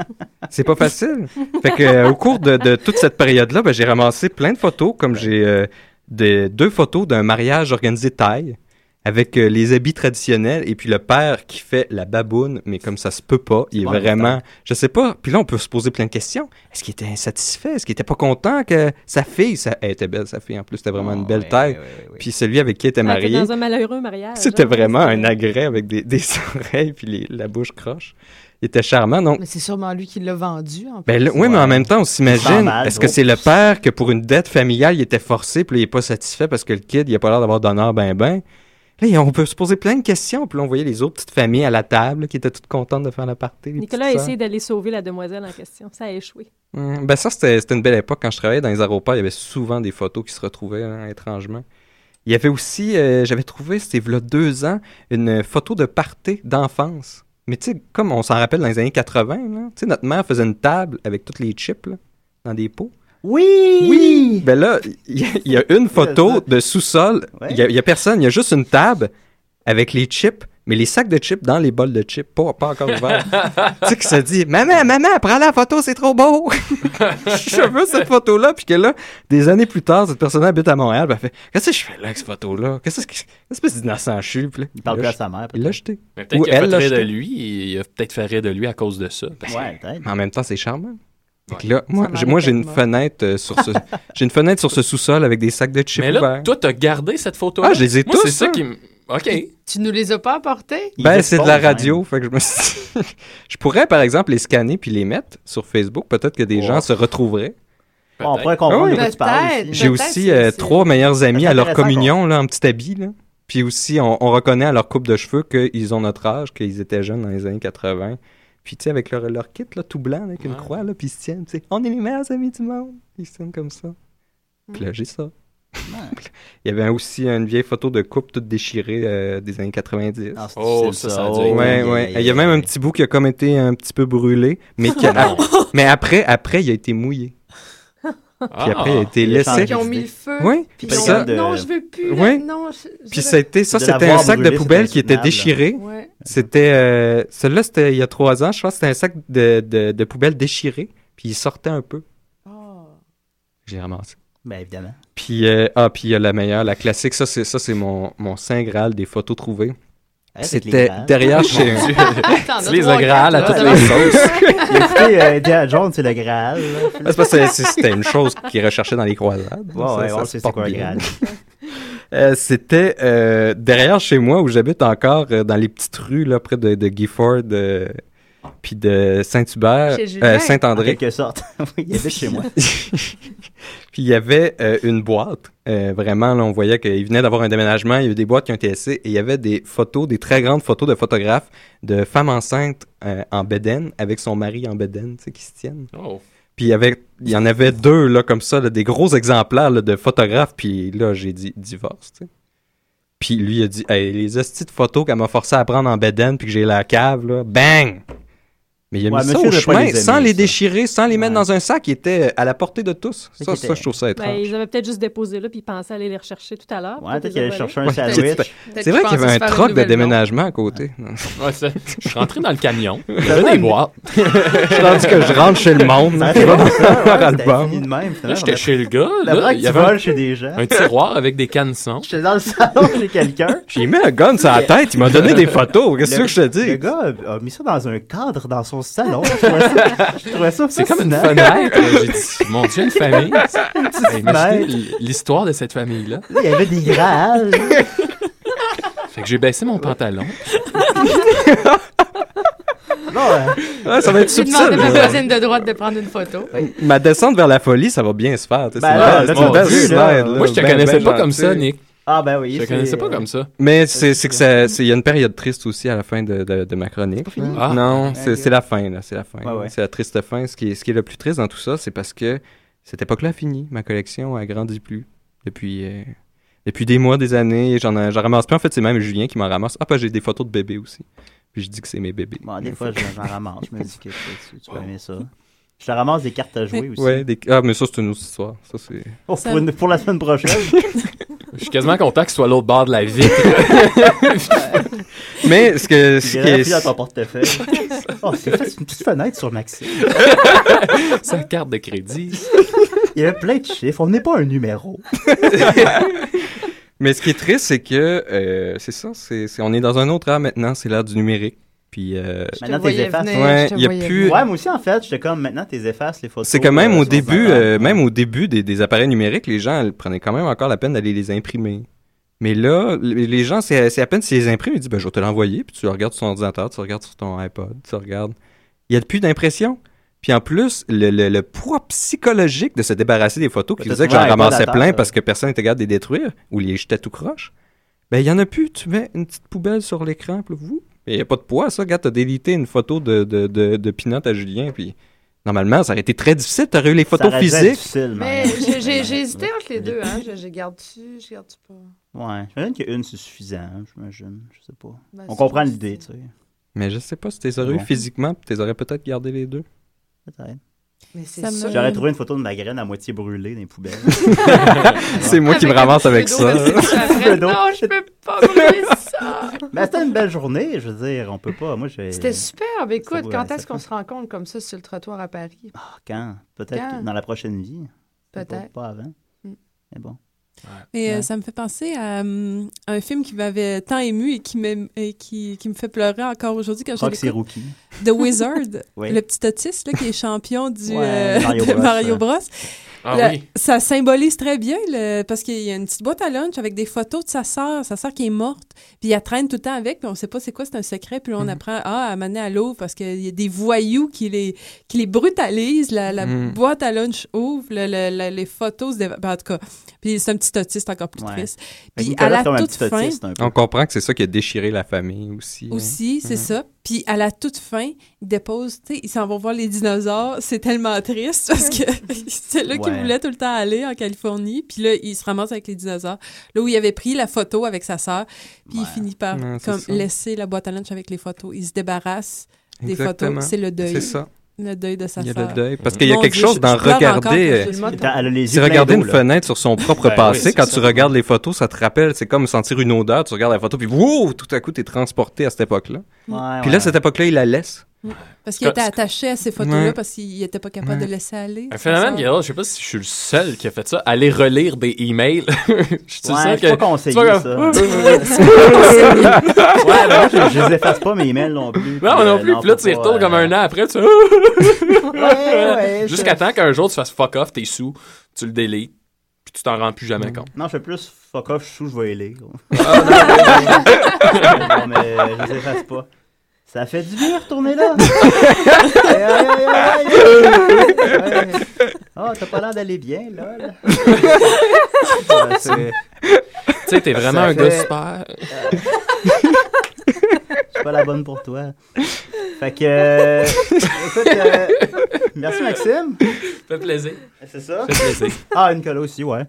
C: C'est pas facile. Fait que euh, au cours de, de toute cette période-là, ben, j'ai ramassé plein de photos, comme j'ai euh, des- deux photos d'un mariage organisé de taille, avec euh, les habits traditionnels, et puis le père qui fait la baboune, mais comme ça se peut pas, il est
F: pas
C: vraiment... Je sais pas. Puis là, on peut se poser plein de questions. Est-ce qu'il était insatisfait? Est-ce qu'il était pas content que sa fille... Ça... Elle était belle, sa fille, en plus. C'était vraiment une belle
F: Oh, Ouais,
C: taille.
F: ouais, ouais, ouais.
C: Puis celui avec qui elle était
K: Ah, t'es
C: mariée...
K: dans un malheureux mariage.
C: C'était
K: hein,
C: vraiment
K: parce
C: un
K: que-
C: agrès avec des, *laughs* des oreilles puis les- la bouche croche. Il était charmant. Donc,
G: Mais c'est sûrement lui qui l'a vendu. En
C: ben là- oui,
F: Ouais.
C: mais en même temps, on
F: sent
C: s'imagine,
F: mal,
C: est-ce que
F: gros.
C: c'est le père que pour une dette familiale, il était forcé, puis là, il n'est pas satisfait parce que le kid, il a pas l'air d'avoir d'honneur ben ben. Là, on peut se poser plein de questions, puis là, on voyait les autres petites familles à la table qui étaient toutes contentes de faire la partie. les
K: Nicolas a
C: petites sœurs.
K: essayé d'aller sauver la demoiselle en question. Ça a échoué.
C: Hum, Ben ça, c'était c'était une belle époque. Quand je travaillais dans les aéroports, il y avait souvent des photos qui se retrouvaient, hein, étrangement. Il y avait aussi, euh, j'avais trouvé, c'était v'là deux ans, une photo de party d'enfance. Mais tu sais, comme on s'en rappelle dans les années 80, là, tu sais, notre mère faisait une table avec toutes les chips là, dans des pots.
F: Oui! Oui!
C: Ben là, il y, a- il y a une photo de sous-sol.
F: hein. Ouais.
C: Il y a- il y a personne, il y a juste une table avec les chips mais les sacs de chips dans les bols de chips, pas, pas encore
E: *laughs*
C: ouverts. tu sais, qui se dit Maman, maman, prends la photo, c'est trop beau. *laughs* je veux cette photo-là. Puis que là, des années plus tard, cette personne habite à Montréal. puis elle fait Qu'est-ce que je fais là avec cette photo-là Qu'est-ce que. Quelle espèce d'innocent je suis. Puis là,
F: Il parle
C: il
F: plus
C: l'a
F: à
C: jeté.
F: sa mère.
C: Il l'a jeté.
E: Mais peut-être
C: Ou
E: qu'il a
C: elle
E: fait
C: l'a
E: rire de
C: jeté.
E: lui, et il a peut-être fait rire de lui à cause de ça. Parce que-
F: Ouais, peut-être.
C: Mais en même temps, c'est charmant. Fait que
E: Ouais.
C: là, moi,
H: Ça
C: j'ai, moi, j'ai une
H: m'arrive
C: fenêtre euh, sur ce, j'ai une fenêtre sur ce sous-sol avec des sacs de chips
E: Mais là,
C: ouverts.
E: toi, t'as gardé cette photo
C: Ah, je les ai
E: Moi,
C: tous,
E: c'est ça
C: hein.
E: qui me. OK.
G: Tu nous les as pas apportés?
F: Il
C: Ben,
F: expose,
C: c'est de la
F: hein.
C: radio, fait que je me suis dit- *laughs* je pourrais, par exemple, les scanner puis les mettre sur Facebook. Peut-être que des
F: Ouais.
C: gens se retrouveraient.
F: Bon, on
E: peut-être.
F: pourrait
C: Ah
F: comprendre
C: oui.
F: de quoi tu parles aussi.
C: J'ai
G: Peut-être
C: aussi
G: que
C: euh,
G: c'est-
C: trois meilleurs amis
F: c'est
C: à leur
F: intéressant
C: communion, là, en petit habit, là. Puis aussi, on, on reconnaît à leur coupe de cheveux qu'ils ont notre âge, qu'ils étaient jeunes dans les années 80. Puis, tu sais, avec leur, leur kit, là, tout blanc, avec une
E: Ouais.
C: croix, là, puis ils se tiennent, tu sais, on est les meilleurs amis du monde. Ils se tiennent comme ça.
G: Mm.
C: Puis là, j'ai ça. *laughs* Il y avait aussi une vieille photo de couple toute déchirée euh, des années 90.
F: Ah, c'est
E: Oh,
F: difficile,
E: ça, ça a dû
F: Oh,
E: être-
C: Ouais, ouais. Il y a même un petit bout qui a comme été un petit peu brûlé, mais, qui a- Ah, mais après, après, il a été mouillé. Puis
E: Ah.
C: après, il a été
F: Il a changé.
C: laissé.
G: Qui ont mis le feu.
C: Oui, puis
G: Puis ils ont
C: ça-
G: dit, Non, je veux plus. là,
C: Oui.
G: Non, je- je
C: Puis
G: veux-
C: ça, a été- ça
F: De l'avoir
C: c'était un sac de
F: brûlé,
C: poubelle
F: c'était
C: qui était
F: insoutenable.
C: déchiré. *laughs*
G: Ouais.
C: C'était. euh, Celui-là, c'était il y a trois ans, je pense que c'était un sac de, de, de poubelle déchiré, puis il sortait un peu. J'ai ramassé.
F: Ben, évidemment.
C: Puis, euh, ah, puis il y a la meilleure, la classique, ça, c'est ça, c'est mon, mon saint graal des photos trouvées.
F: Hey, c'est
C: C'était
F: légal. *laughs*
C: derrière chez un.
G: Attends,
E: Tu
G: on a
E: les
G: trois,
E: as grâles à
G: quatre,
E: toutes
G: là.
E: les sauces.
F: Écoutez, euh, Indiana Jones, c'est le Graal. là.
C: Ah, c'est parce que c'est- c'était une chose qu'ils recherchaient dans les croisades.
F: Ouais,
C: Ça-
F: ouais,
C: ça
F: on
C: se
F: sait c'est
C: porte
F: quoi le
C: bien.
F: Graal.
C: Euh, C'était euh, derrière chez moi où j'habite encore, euh, dans les petites rues là, près de, de Gifford, euh, puis de Saint-Hubert,
G: Chez Julien.
C: euh,
F: En
C: Saint-André.
F: quelque sorte. *laughs* Oui, il habite chez moi.
C: *laughs* Puis il y avait euh, une boîte. Euh, vraiment, là, on voyait qu'il venait d'avoir un déménagement. Il y a eu des boîtes qui ont été laissées et il y avait des photos, des très grandes photos de photographes de femmes enceintes euh, en bédaine avec son mari en bédaine, tu sais, qui se tiennent.
E: Oh.
C: Puis il y avait, il y en avait deux là comme ça, là, des gros exemplaires là, de photographes. Puis là, j'ai dit divorce. tu sais. Puis lui il a dit, Hey, les hosties de photos qu'elle m'a forcé à prendre en bedaine puis que j'ai la cave là, bang. Mais il a
F: Ouais,
C: mis ça
F: monsieur
C: au
F: devrait pas
C: chemin
F: les aimer,
C: sans les
F: ça.
C: déchirer, sans les mettre
F: Ouais.
C: dans un sac qui était à la portée de tous.
F: C'est
C: Ça,
F: qu'il
C: ça,
F: était-
C: je trouve ça
K: Ben,
C: étrange.
K: ils avaient peut-être juste déposé là, puis ils pensaient aller les rechercher tout à l'heure.
F: Ouais, peut-être
K: les
F: qu'il allait
K: envoler.
F: chercher un
C: Ouais,
F: sandwich.
C: c'est-
G: Peut-être
C: C'est
G: qu'ils
C: vrai qu'il y
G: pensaient
C: avait un
G: se faire
C: troc
G: une
C: de
G: nouvelle
C: déménagement à côté.
E: Ouais, ça- je suis rentré dans le *laughs* camion. J'avais des boîtes.
C: Je suis rendu que je rentre chez le monde.
F: Ça
C: là, qui
F: *laughs* aurait été
C: va
F: bon, ça.
C: voir
F: Ouais, c'était
C: l'album.
F: fini de même,
E: Là,
F: finalement.
E: j'étais chez le gars.
F: La
E: là,
F: vraie
E: il
F: que
E: y
F: tu
E: avait un-
F: voles chez des gens.
E: un tiroir avec des canissons.
F: J'étais dans le salon chez quelqu'un.
C: J'ai mis un gun sur la tête. Il m'a donné des photos. Qu'est-ce que
F: Le-
C: je te
F: Le
C: dis?
F: gars a, a mis ça dans un cadre dans son salon. Je trouvais ça, je trouvais ça
E: C'est comme une
F: fascinant.
E: fenêtre. J'ai dit, mon Dieu, une
F: *laughs*
E: famille. Hey, Imaginez
F: fenêtre.
E: l- l'histoire de cette famille-là.
F: Il y avait des grâles.
E: Fait que j'ai baissé mon pantalon.
F: Non, euh,
C: Ah, ça va être
G: J'ai demandé
C: subtil.
G: à ma
C: là.
G: voisine de droite de prendre une photo.
C: Ma descente vers la folie, ça va bien se faire. tu sais,
F: Ben
C: c'est
F: là,
C: une
F: là,
C: belle- c'est une
F: tu m'as
C: belle
F: dit, là.
C: slide, là.
E: Moi, je te
C: Ben,
E: connaissais
C: ben
E: pas comme
C: gentil.
E: ça, Nick.
F: Ah, ben oui.
E: Je te connaissais pas comme ça.
C: Mais c'est c'est que ça- c'est- il y a une période triste aussi à la fin de, de, de ma chronique.
E: Ah.
C: Non, c'est
F: Ok.
C: c'est la fin, là. C'est la fin.
F: Ouais, ouais.
C: C'est la triste fin. Ce qui, est, ce qui est le plus triste dans tout ça, c'est parce que cette époque-là a fini. Ma collection a grandi plus depuis, euh, depuis des mois, des années. J'en ai- j'en ramasse plus. En fait, c'est même Julien qui m'en ramasse. Ah, pas j'ai des photos de bébés aussi. Puis je dis que c'est mes bébés.
F: Bon, des fois, je- j'en ramasse. Je me dis que tu, tu peux aimer ça. Je te ramasse des cartes à jouer aussi.
C: Ouais, des- ah, mais ça, c'est une autre histoire. Ça, c'est.
F: Oh,
H: Ça-
F: pour, une- pour la semaine prochaine.
E: Je suis quasiment content que ce soit l'autre bord de la vie.
C: Mais ce que.
F: *laughs* Tu
C: Ce qui
F: verras plus dans
C: est...
F: ton portefeuille. oh, c'est fait une petite fenêtre sur Maxime.
E: Sa carte de crédit.
F: Il y avait plein de chiffres. On n'est pas un numéro.
C: Mais ce qui est triste, c'est que. euh, c'est ça. c'est c'est- on est dans un autre ère maintenant. C'est l'ère du numérique. Puis. euh,
G: Je te
F: Maintenant,
G: voyais
F: tes effaces.
G: venir,
C: Ouais,
G: je te
C: il y a
G: voyais
C: plus-
G: venir.
F: Ouais, moi aussi, en fait, j'étais comme maintenant, tes effaces, les photos.
C: C'est quand même
F: euh,
C: au
F: sur
C: début,
F: Instagram.
C: euh, même au début des, des appareils numériques, les gens elles, prenaient quand même encore la peine d'aller les imprimer. Mais là, les les gens, c'est c'est à peine s'ils les impriment, ils disent ben, je vais te l'envoyer, puis tu le regardes sur ton ordinateur, tu le regardes sur ton iPod, tu le regardes. Il n'y a plus d'impression. Puis en plus, le, le- le poids psychologique de se débarrasser des photos qui
F: Peut-être
C: faisait que j'en
F: souvent un
C: ramassais
F: iPod à
C: plein
F: terre.
C: parce que personne n'était capable de les détruire ou les jetait tout croche, ben il n'y en a plus. Tu mets une petite poubelle sur l'écran, puis vous. Il n'y a pas de poids, ça. Regarde, t'as délité une photo de, de, de, de Pinot à Julien, puis normalement, ça aurait été très difficile. T'aurais eu les
F: Ça
C: photos
F: aurait dû être
C: physiques.
F: difficile,
G: Mais
F: man.
G: j'ai- j'ai j'ai hésité entre les deux. Hein. Je, je garde-tu, je garde-tu pas.
F: Ouais, j'imagine qu'une, c'est suffisant, hein, j'imagine. Je sais pas.
G: Ben,
F: On
G: c'est-
F: comprend l'idée, tu sais.
C: Mais je sais pas si t'es aurais eu
F: Bon.
C: physiquement, puis t'es aurais peut-être gardé les deux.
F: Peut-être.
G: Mais c'est
H: Ça me-
G: sûr.
F: J'aurais trouvé une photo de ma graine
C: *laughs*
F: à moitié brûlée dans les poubelles.
C: C'est moi qui me
F: Ah.
G: Avec un
C: ramasse
G: petit
C: avec
G: peu
C: ça.
F: *laughs*
G: d'eau dessus, après,
F: d'eau.
G: Non, je peux pas oublié ça!
F: Mais c'était une belle journée, je veux dire, on peut pas. Moi, j'ai.
G: C'était superbe.
F: Ça
G: Ah, ben Écoute,
F: vaut-
G: quand
F: ça
G: est-ce qu'on
F: vaut-
G: se rencontre comme ça sur le trottoir à Paris?
F: Ah, quand Peut-être
G: Quand?
F: que dans la prochaine vie. Pas-
G: Peut-être.
F: Pas avant.
G: Mm.
F: Mais bon.
H: Mais euh,
F: Ouais.
H: ça me fait penser à hum, un film qui m'avait tant ému et qui, m'aime- et qui, qui me fait pleurer encore aujourd'hui quand je
F: Rock, c'est
H: l'écoute.
F: rookie.
H: The
F: *laughs*
H: Wizard,
F: Oui.
H: le petit autiste là, qui est champion du, euh,
F: Ouais,
G: *laughs*
F: Mario
H: de
F: Bros,
H: Mario
F: ouais.
H: Bros.
E: Ah
H: La-
E: oui.
H: Ça symbolise très bien le- parce qu'il y a une petite boîte à lunch avec des photos de sa sœur, sa sœur qui est morte, puis elle traîne tout le temps avec, puis on sait pas c'est quoi, c'est un secret, puis là, on
F: Mm.
C: Mhm.
H: apprend ah, à mener à l'eau parce qu'il y a des voyous qui les qui les brutalisent. La, la
F: Mm.
C: Mhm.
H: boîte à lunch ouvre, le- le- le- les photos se déva- ben, en tout cas. Puis c'est un petit autiste encore plus
F: Ouais.
H: triste.
F: Fait que
H: Puis à
F: Nicolas
H: la
F: tombe un
H: toute
F: petit
H: fin,
F: autiste, un peu.
C: On comprend que c'est ça qui a déchiré la famille aussi. hein.
H: aussi, c'est
C: Mhm.
H: ça. Puis à la toute fin, ils déposent, tu sais, ils s'en vont voir les dinosaures. C'est tellement triste parce
C: *laughs*
H: que c'est là qu'ils
F: Ouais.
H: voulaient tout le temps aller en Californie. Puis là, ils se ramassent avec les dinosaures. Là où il avait pris la photo avec sa sœur. Puis
F: Ouais.
H: il finit par
C: Ouais, c'est
H: comme,
C: ça.
H: laisser la boîte à lunch avec les photos. Il se débarrasse des
C: Exactement.
H: photos. C'est le deuil.
C: C'est ça.
H: Le deuil de sa
C: Il y a
H: sœur.
C: le deuil. Parce qu'il y a
H: Mon
C: quelque
H: Dieu,
C: chose
H: je-
C: dans
H: je pleure encore
C: regarder. euh,
H: quand je le montre.
F: T'as- Elle a les
C: Si
F: yeux pleins
C: regarder
F: d'eau,
C: une
F: là.
C: fenêtre sur son propre
E: Ben
C: passé,
E: oui,
C: quand
E: c'est
C: tu
E: ça.
C: regardes les photos, ça te rappelle, c'est comme sentir une odeur, tu regardes la photo, puis wow, tout à coup, t'es transporté à cette époque-là.
F: Ouais,
C: Puis là,
F: ouais.
C: cette époque-là, il la laisse.
H: Parce qu'il était
E: Quand-
H: attaché à ces photos-là
C: Ouais.
H: parce qu'il n'était pas capable
C: Ouais.
H: de laisser aller. sa
E: Un phénomène,
H: sœur.
E: Gérald, je sais pas si je suis le seul qui a fait ça. Aller relire des emails. *laughs* je suis
F: Ouais,
E: sûr
F: c'est
E: que.
F: pas conseillé,
E: tu vois,
F: ça.
E: comme- *laughs*
F: Ouais, ben, moi, *laughs* je, je les efface pas, mes emails non plus.
E: Non, non
F: Puis, euh,
E: plus. Puis là, tu y
F: faut pas,
E: retournes comme
F: euh,
E: un an après. Tu... Oh!
F: Ouais, ouais,
E: Jusqu'à
F: je-
E: temps qu'un jour, tu fasses fuck off, t'es sous, tu le délites, puis tu t'en rends plus jamais compte.
F: Non, je fais plus fuck off, je suis sous, je vais y lire. *laughs* non, mais euh, je les efface pas. Ça fait du bien retourner là. Aïe, aïe, aïe, aïe, aïe. Ouais. Ah, t'as pas l'air d'aller bien, lol. Ouais, c'est-
E: tu sais, t'es vraiment
F: Ça
E: un
F: fait-
E: gars super.
F: Je suis pas la bonne pour toi. Fait que. euh, écoute, euh, merci Maxime.
E: Fait plaisir.
F: C'est ça?
E: Fait plaisir.
F: Ah, Nicolas aussi, ouais.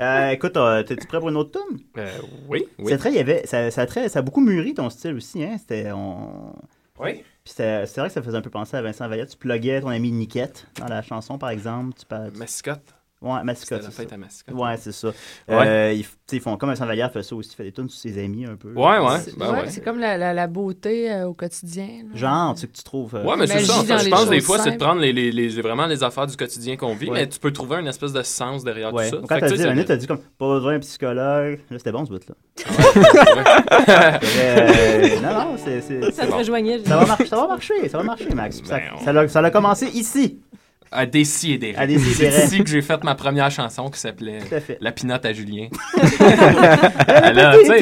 F: Euh, écoute, euh, t'es-tu prêt pour une autre tune?
E: Euh, oui, oui.
F: C'est très, il y avait, ça, ça, a très, ça a beaucoup mûri ton style aussi, hein? C'était, on...
E: Oui.
F: Puis c'était- c'est vrai que ça faisait un peu penser à Vincent Vallière. Tu pluguais ton ami Niquette dans la chanson, par exemple. Tu parles...
E: Mascotte.
F: Ouais,
E: C'était
F: mascotte.
E: la
F: c'est
E: fête
F: ça.
E: à mascotte.
F: Ouais, c'est ça.
E: Ouais.
F: Euh, ils, f- tu sais, ils font comme Vincent Vallière fait ça aussi, il fait des tunes sur ses amis un peu.
E: Ouais, ouais.
G: C'est-
E: Ben
G: ouais,
E: ouais.
G: C'est comme la, la- la beauté euh, au quotidien. là.
F: Genre, tu sais que tu trouves. euh,
E: Ouais, mais c'est
G: Magie
E: ça. en
G: dans
E: fait, Je
G: les
E: pense des
G: choses
E: fois, c'est de
G: simples.
E: prendre les, les, les- vraiment les affaires du quotidien qu'on vit,
F: Ouais.
E: mais tu peux trouver une espèce de sens derrière
F: Ouais.
E: Ah, tout ça. Fait
F: Quand
E: que,
F: t'as
E: tu
F: dit,
E: sais,
F: Annie,
E: c'est-
F: t'as dit comme pas besoin d'un psychologue. Là, c'était bon ce bout-là. Euh, non, non, c'est. c'est-
K: Ça se rejoignait. je
F: Ça va, marcher, ça va marcher, ça va marcher, Max. Ça,
E: Ben, on-
F: ça l'a- ça l'a commencé ici.
E: À Décis et des *laughs*
F: À Décideret.
E: C'est ici que j'ai fait ma première chanson qui s'appelait
F: Tout à fait.
E: La pinotte à
F: *laughs*
E: Julien. Alors, tu sais,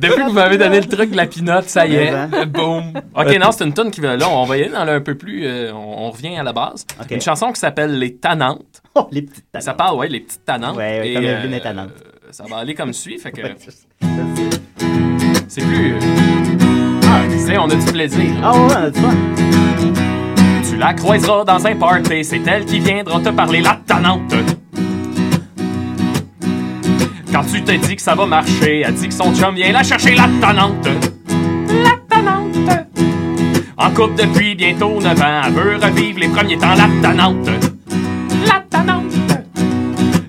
E: depuis que vous m'avez donné le truc de la pinotte, ça y est, Euh,
F: Ben.
E: boum. Ok, non, c'est une tonne qui va là. On va y aller dans le un peu plus. euh, on, on revient à la base.
F: Ok.
E: Une chanson qui s'appelle Les Tannantes.
F: Oh, les petites talents.
E: Ça parle, ouais, les petites tannantes.
F: Ouais, ouais,
E: Et,
F: comme Evelyne est tannante.
E: euh, Ça va aller comme suit, fait que
F: Ouais, c'est-
E: c'est plus. euh, Ah, tu sais, on a du plaisir.
F: Ah ouais, on a du fun.
E: Tu la croiseras dans un party, c'est elle qui viendra te parler la tannante. Quand tu te dis que ça va marcher, elle dit que son chum vient la chercher la tannante. La tannante. En couple depuis bientôt 9 ans, elle veut revivre les premiers temps la tannante. La tannante.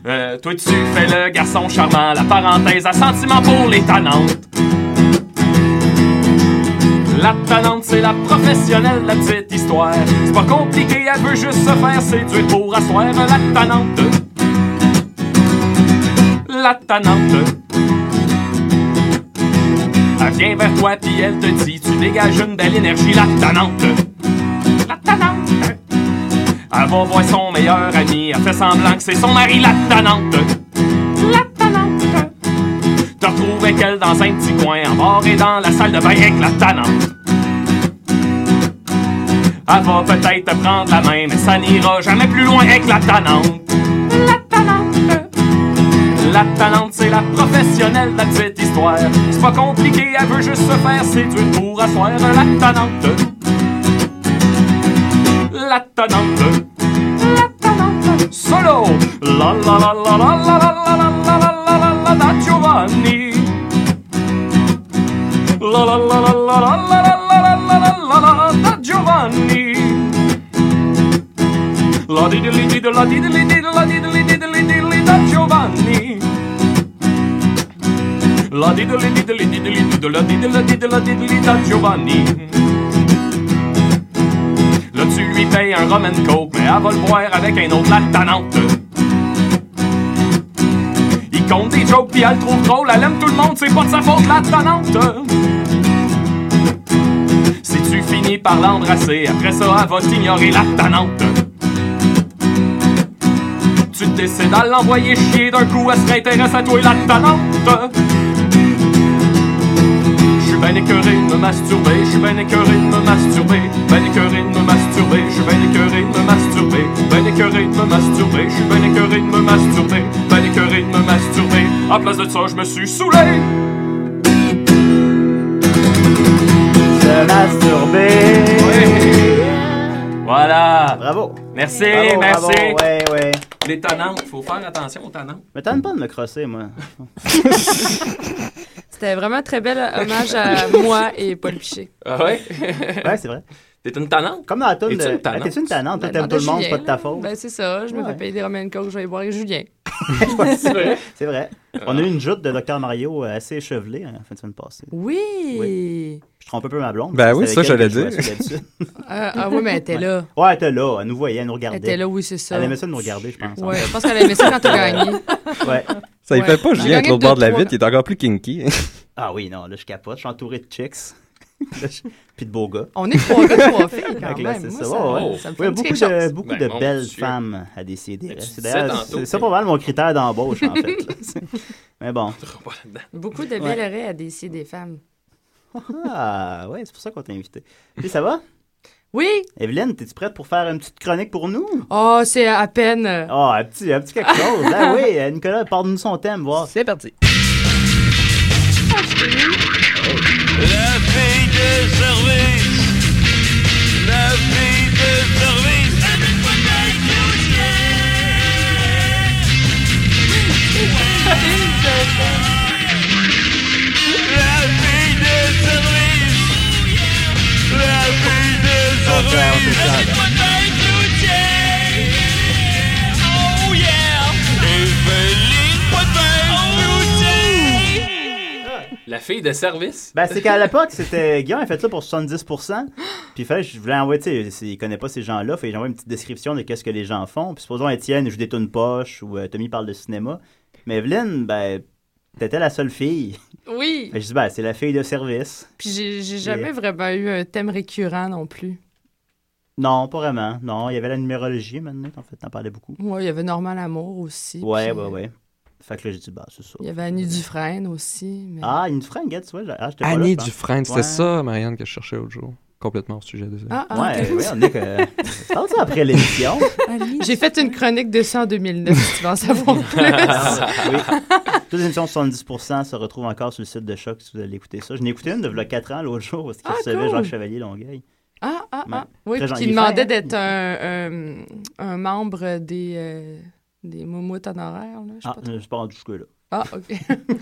E: Euh, toi tu fais le garçon charmant, la parenthèse à sentiment pour les tannantes. La talente, c'est la professionnelle, la petite histoire. C'est pas compliqué, elle veut juste se faire séduire pour asseoir la talente. La talente. Elle vient vers toi puis elle te dit Tu dégages une belle énergie, la talente. La talente. Elle va voir son meilleur ami, elle fait semblant que c'est son mari, la talente. La talente. Te retrouves avec elle dans un petit coin, en bord et dans la salle de bain avec la tannante. Elle va peut-être te prendre la main, mais ça n'ira jamais plus loin avec la tannante. La tannante. La tannante, c'est la professionnelle de la petite histoire. C'est pas compliqué, elle veut juste se faire séduire pour asseoir la tannante. La tannante. Solo La la la la la la la la la la la la la la da Giovanni La la la la la la la la la la la la la la da Giovanni La di di li di di la di di li di di la di di li di di li di li da Giovanni La diddly diddly diddly diddle, la diddle diddle diddly da Giovanni. Là, tu lui payes un rum and coke, mais elle va le boire avec un autre lactanante. Il compte des jokes pis elle le trouve drôle, elle aime tout le monde, c'est pas de sa faute lactanante. Si tu finis par l'embrasser, après ça, elle va t'ignorer lactanante. Tu décides à l'envoyer chier d'un coup, elle se réintéresse à toi lactanante. Je suis ben écœuré de me masturber, je suis ben écœuré de me masturber, ben écœuré de me masturber, je suis ben écœuré de me masturber, ben écœuré de me masturber, je suis ben écœuré de me masturber, ben écœuré de me masturber. En place de ça, je me suis saoulé.
F: Se masturber.
E: Voilà.
F: Bravo.
E: Merci,
F: Bravo,
E: Eh, merci.
F: bravo. Ouais, ouais.
E: Les tannantes, faut faire attention aux tannantes.
F: Mais t'as pas de me crosser, moi.
G: C'était vraiment un
F: *laughs*
G: très bel hommage à moi et Paul Piché.
E: Ah ouais?
F: Ouais, c'est vrai.
E: *laughs* T'es une tannante?
F: Comme dans la toune
E: Es-tu
F: de-
E: une tannante?
F: Ouais, T'es-tu une tannante? Toi,
G: Ben,
F: t'aimes
G: non,
F: tout le monde,
G: Julien,
F: c'est pas de ta
G: là.
F: faute.
G: Ben, c'est ça, je me
F: Ouais.
G: fais payer des Roman Coke, je vais aller boire avec Julien.
E: C'est vrai?
F: C'est vrai.
E: Euh,
F: On a eu une joute de Dr. Mario euh, assez échevelée hein, la fin de semaine passée.
G: Oui!
F: Je trompe un peu ma blonde.
C: Ben
F: C'est
C: oui,
F: avec
C: ça,
F: elle
C: j'allais
F: que je jouais
C: dire.
F: sur là-dessus.
G: Ah, ah oui, mais elle était là.
F: ouais, elle était là. Elle nous voyait, elle nous
G: Elle
F: regardait.
G: était là, oui, c'est ça.
F: Elle aimait ça de nous regarder, je pense.
G: Ouais, je pense qu'elle aimait ça quand t'as
F: *laughs*
G: gagné.
F: Ouais.
C: Ça y
G: Ouais.
C: fait pas
G: On a
C: Julien avec
G: gagné
C: l'autre bord de la
G: deux,
C: vitre, il est encore plus kinky.
F: Ah oui, non, là, je capote. Je suis entouré de chicks. *laughs* Là, je- Puis de beaux gars.
G: On est trois gars, trois filles,
F: Fait
G: quand
F: que là,
G: même.
F: c'est
G: Moi,
F: ça,
G: ça,
F: ouais,
E: ouais.
G: ça me fait
F: Oui,
G: une petite
F: beaucoup
G: chose.
F: de, beaucoup
E: Ben,
F: de
E: mon
F: belles
E: Dieu.
F: femmes à décider.
E: Mais tu
F: C'est
E: disais
F: d'ailleurs-
E: tantôt
F: c'est- c'est
E: que-
F: pas mal mon critère d'embauche,
E: *laughs*
F: en fait. là. C'est- Mais bon.
G: Beaucoup de belles oreilles à décider des femmes.
F: Ah, ouais, c'est pour ça qu'on t'a invité. Puis ça va?
G: Oui!
F: Evelyne, t'es-tu prête pour faire une petite chronique pour nous?
G: Oh, c'est à peine. euh,
F: Ah, un, petit, un petit quelque chose. Ah oui, euh, Nicolas, parle-nous son thème, voir.
C: C'est parti.
D: La fille de service. La fille de service. La fille de service. La fille de
F: Ah, ben, on
D: service.
F: fait ça, ben.
D: Oh yeah! Oh, Evelyne Potvin-Cloutier.
E: La fille de service?
F: Ben, c'est qu'à l'époque, c'était Guillaume a fait ça pour 70%. Puis il fallait, je voulais envoyer, tu sais, c'est- il connaît pas ces gens-là, fait que j'envoie une petite description de qu'est-ce que les gens font. Puis supposons Étienne joue des tunes poche ou euh, Tommy parle de cinéma. Mais Evelyne, ben, t'étais la seule fille. *laughs*
G: Oui!
F: Ben, je dis, ben, c'est la fille de service.
G: Puis j'ai j'ai jamais vraiment eu un thème récurrent non plus.
F: Non, pas vraiment. Non, il y avait la numérologie maintenant, en fait, t'en parlais beaucoup.
G: Moi, il y avait Normal Amour aussi.
F: Ouais,
G: puis,
F: ouais,
G: euh,
F: ouais. Fait que là, j'ai dit, ben, c'est ça.
G: Il y avait Annie Dufresne aussi. mais-
F: Ah, une fringuette, tu vois. j'ai- Ah, j'étais pas là, je
C: Annie
F: pense.
C: Dufresne, c'était
F: Ouais.
C: ça, Marianne, que je cherchais l'autre jour. Complètement au sujet, désolé.
G: Ah, ah,
F: Ouais,
G: ok.
F: ouais, on est
G: *laughs*
F: que. Parle ça après l'émission.
G: J'ai fait une chronique de ça en 2009, si tu veux en savoir plus.
F: oui. *laughs* Toutes les émissions de 70% se retrouvent encore sur le site de Choc si vous allez écouter ça. Je n'ai écouté une de v'là 4 ans l'autre jour parce qu'il
G: Ah,
F: recevait
G: cool.
F: Jacques Chevalier Longueuil.
G: Ah, ah, ah.
F: Très
G: Oui, puis
F: gentil.
G: qui
F: Il est
G: demandait
F: fin, hein?
G: d'être un, un, un membre des, euh, des moumoutes honoraires. Là, je sais
F: Ah,
G: pas trop.
F: je suis pas rendu jusque-là.
G: ah, OK.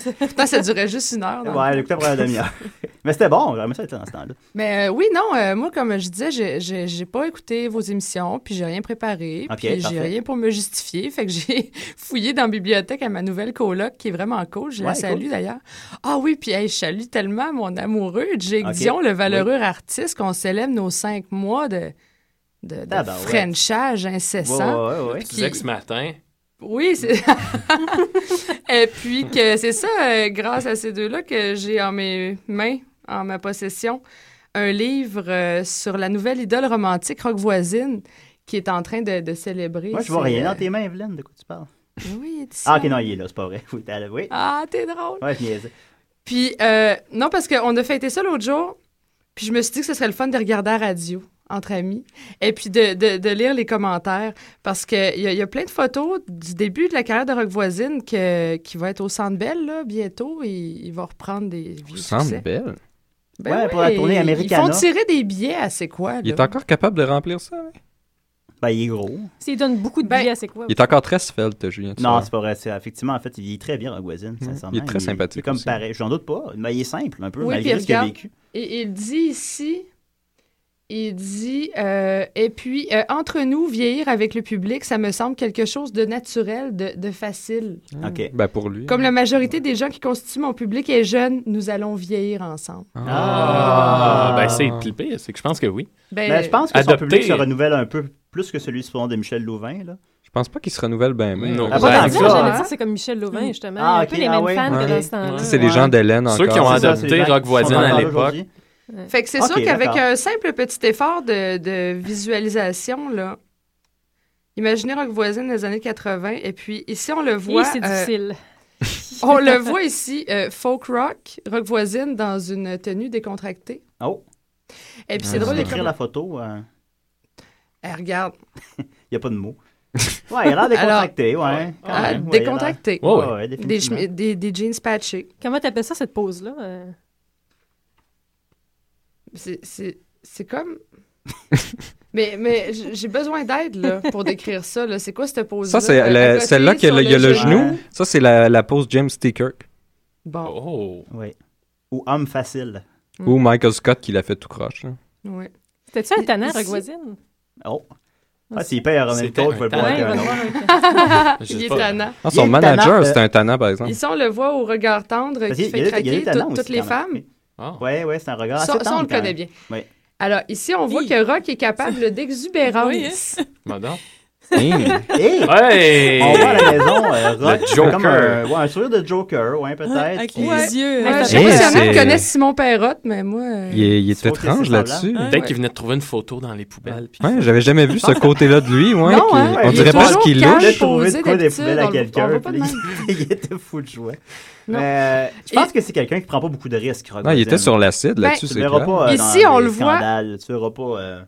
G: *laughs* Pourtant, ça durait juste une heure. dans le
F: Ouais, j'ai écouté après la
G: *laughs*
F: demi-heure. Mais c'était bon, j'aurais aimé ça être là dans ce temps-là.
G: Mais euh, oui, non, euh, moi, comme je disais, j'ai- j'ai j'ai pas écouté vos émissions, puis j'ai rien préparé,
F: Ok, parfait.
G: puis j'ai rien pour me justifier. Fait que j'ai *laughs* fouillé dans la bibliothèque à ma nouvelle coloc, qui est vraiment cool. Je
F: Ouais,
G: la salue
F: cool.
G: d'ailleurs. Ah oui, puis hey, je salue tellement mon amoureux, Jake
F: Ok,
G: Dion, le valeureux artiste, qu'on célèbre nos cinq mois de, de, de
F: Ah, ben ouais.
G: frenchage
F: Ouais,
G: incessant.
F: ouais, ouais, ouais.
E: Tu disais que ce matin.
G: Oui, c'est. *laughs* Et puis que c'est ça, euh, grâce à ces deux-là, que j'ai en mes mains, en ma possession, un livre euh, sur la nouvelle idole romantique rock voisine qui est en train de, de célébrer.
F: Moi, je vois
G: ses-
F: rien dans tes mains, Evelyne, de quoi tu parles.
G: Oui, il est ici.
F: Ah, ok, non, il est là, c'est pas vrai. Oui, t'as la- oui.
G: Ah, t'es drôle.
F: Ouais, je niaisais.
G: Puis, euh, non, parce qu'on a fêté ça l'autre jour, puis je me suis dit que ce serait le fun de regarder à la radio entre amis, et puis de, de- de lire les commentaires, parce qu'il y, a- il y a plein de photos du début de la carrière de Rock Voisine que, qui va être au Centre Bell, là, bientôt, et il va reprendre des vieux
C: semble
G: succès.
C: belle.
G: Ben
F: Ouais, pour la tournée
G: ils-
F: Americana.
G: Ils font tirer des billets à c'est quoi, là.
C: Il est encore capable de remplir ça. hein?
F: Ben, il est gros.
K: S'il donne beaucoup de
G: Ben-
K: billets, c'est quoi?
C: Il est encore très svelte, Julien. tu
F: Non,
C: sais.
F: c'est pas vrai. C'est- Effectivement, en fait, il est très bien,
G: Mhm.
F: Rogoisine, sincèrement.
C: Il est très sympathique
F: Il est comme
C: aussi.
F: Ben, pareil, j'en doute pas. Mais il est simple, un peu,
G: Oui,
F: malgré
G: puis
F: ce qu'il a
G: regarde.
F: vécu.
G: Et il dit ici, Il dit euh, Et puis, euh, entre nous, vieillir avec le public, ça me semble quelque chose de naturel, de, de facile.
F: OK.
C: Ben pour lui.
G: Comme la majorité des gens qui constituent mon public est jeune, nous allons vieillir ensemble.
F: Ah.
E: Ah, ben c'est le pire, c'est que je pense que oui.
G: Ben,
F: Ben, je pense que
E: Adopter.
F: son public se renouvelle un peu plus que celui souvent de Michel Louvain. Là.
C: Je pense pas qu'il se renouvelle bien. euh,
E: Non.
F: Ah,
E: Ben,
F: pas tant que
K: Moi,
F: ça.
K: j'allais
F: hein.
K: dire, c'est comme Michel
G: Hmm.
K: Lovin, justement.
G: Ben,
F: Ah,
K: un
F: ok,
K: peu les
F: ah
K: mêmes
F: ouais.
K: fans
C: Ouais.
K: que dans ce temps-là.
C: C'est les gens d'Hélène encore.
E: Ceux qui ont
F: C'est ça,
E: adopté
F: c'est les gens
E: Rock
F: qui
E: Voisine
F: sont
E: à
F: encore là
E: l'époque.
F: aujourd'hui.
G: Fait que c'est
F: Ok,
G: sûr qu'avec
F: d'accord.
G: un simple petit effort de, de visualisation, là, imaginez Rock Voisine des années 80, et puis ici, on le voit.
K: Oui, c'est
G: euh,
K: difficile.
G: *laughs* on le voit ici, euh, folk rock, Rock Voisine dans une tenue décontractée.
F: Oh,
G: Et
F: Ah,
G: puis
F: c'est
G: c'est
F: drôle
G: drôle, les
F: d'écrire la photo. Il
G: regarde,
F: n'y a pas de mots. *laughs* Ouais, il a l'air décontracté, ouais. hein. quand
G: ah,
F: même, ouais, il a l'air-
G: décontractée.
E: Ouais, ouais.
F: Ouais, ouais,
G: Des,
F: définitivement.
G: chemi- des, des jeans patchés.
K: Comment t'appelles ça, cette pose-là? euh?
G: C'est- C'est c'est comme. *laughs* mais mais j- j'ai besoin d'aide là, pour décrire ça. là. C'est quoi cette pose-là?
C: Ça, c'est
G: Euh,
C: la-
G: accoté
C: celle-là qu'il y a
G: sur
C: le- il y a le genou.
F: Ouais.
C: Ça, c'est la, la pose James T. Kirk
G: Bon,
E: Oh.
F: Ouais. Ou homme facile.
C: ou Michael Scott qui l'a fait tout croche. là.
G: ouais.
K: C'était-tu un tannant,
G: Ici.
K: Rock Voisine?
F: Oh. Ah, s'il paye à René
E: C'était
F: Côte, je vais
E: un
F: le voir
E: talent.
F: avec
K: Ouais,
F: un
K: on va
F: autre.
K: voir un tannant.
E: Je
G: Il
E: sais
G: est
E: pas.
G: tannant.
C: Ah, son
F: Il est
C: manager,
F: tannant,
C: c'est un tannant, par exemple.
G: Ici, on le voit au regard tendre
F: Parce
G: qui
F: qu'il y a-
G: fait
F: il y a
G: craquer
F: des talents
G: tout-
F: aussi,
G: toutes les
F: quand même.
G: femmes.
E: Ah.
F: Ouais, ouais, c'est un regard assez
G: Ça, ça, on
F: tendre,
G: le
F: quand
G: connaît
F: même.
G: bien.
F: Ouais.
G: Alors, ici, on voit
H: Hi.
G: que Rock est capable
K: hein.
G: d'exubérance.
E: Madame.
C: *laughs*
F: *laughs* Hey!
E: Hey!
F: On voit à la maison, euh, Rock,
E: Ah, Le
F: c'est
E: Joker.
F: comme un, ouais, un sourire de Joker, ouais,
H: Avec
F: peut-être.
H: les
G: Ouais.
H: yeux.
G: Ouais,
H: euh,
G: je sais pas
C: Eh,
G: si y en a
C: c'est-
G: qui connaissent Simon Perrotte, mais moi. euh,
C: Il est, il est
F: Sauf que
C: étrange
F: c'est
C: là-dessus.
H: semblant.
E: Peut-être
G: Ouais.
E: qu'il venait de trouver une photo dans les poubelles. puis-
C: Ouais, j'avais jamais vu ce côté-là de lui. Ouais,
G: Non,
C: puis
G: hein,
C: on
F: il
C: dirait
F: est
C: pas ce
G: toujours
C: qu'il
G: calme.
C: louche.
F: Il a trouvé de
G: posé
F: quoi des
G: d'habitude,
F: poubelles
G: on
F: à
G: le- on
F: quelqu'un,
G: voit pas de
F: puis *laughs* il était fou de jouer. Mais euh, je
G: Non.
F: pense que c'est quelqu'un qui prend pas beaucoup de risques, Rock.
C: Non, il était
F: Voisine.
C: sur l'acide là-dessus,
F: Tu
C: c'est
F: le verras
C: clair.
F: pas euh,
G: Ici,
F: dans
G: on
F: des
G: le voit.
F: scandales, Tu verras pas. euh,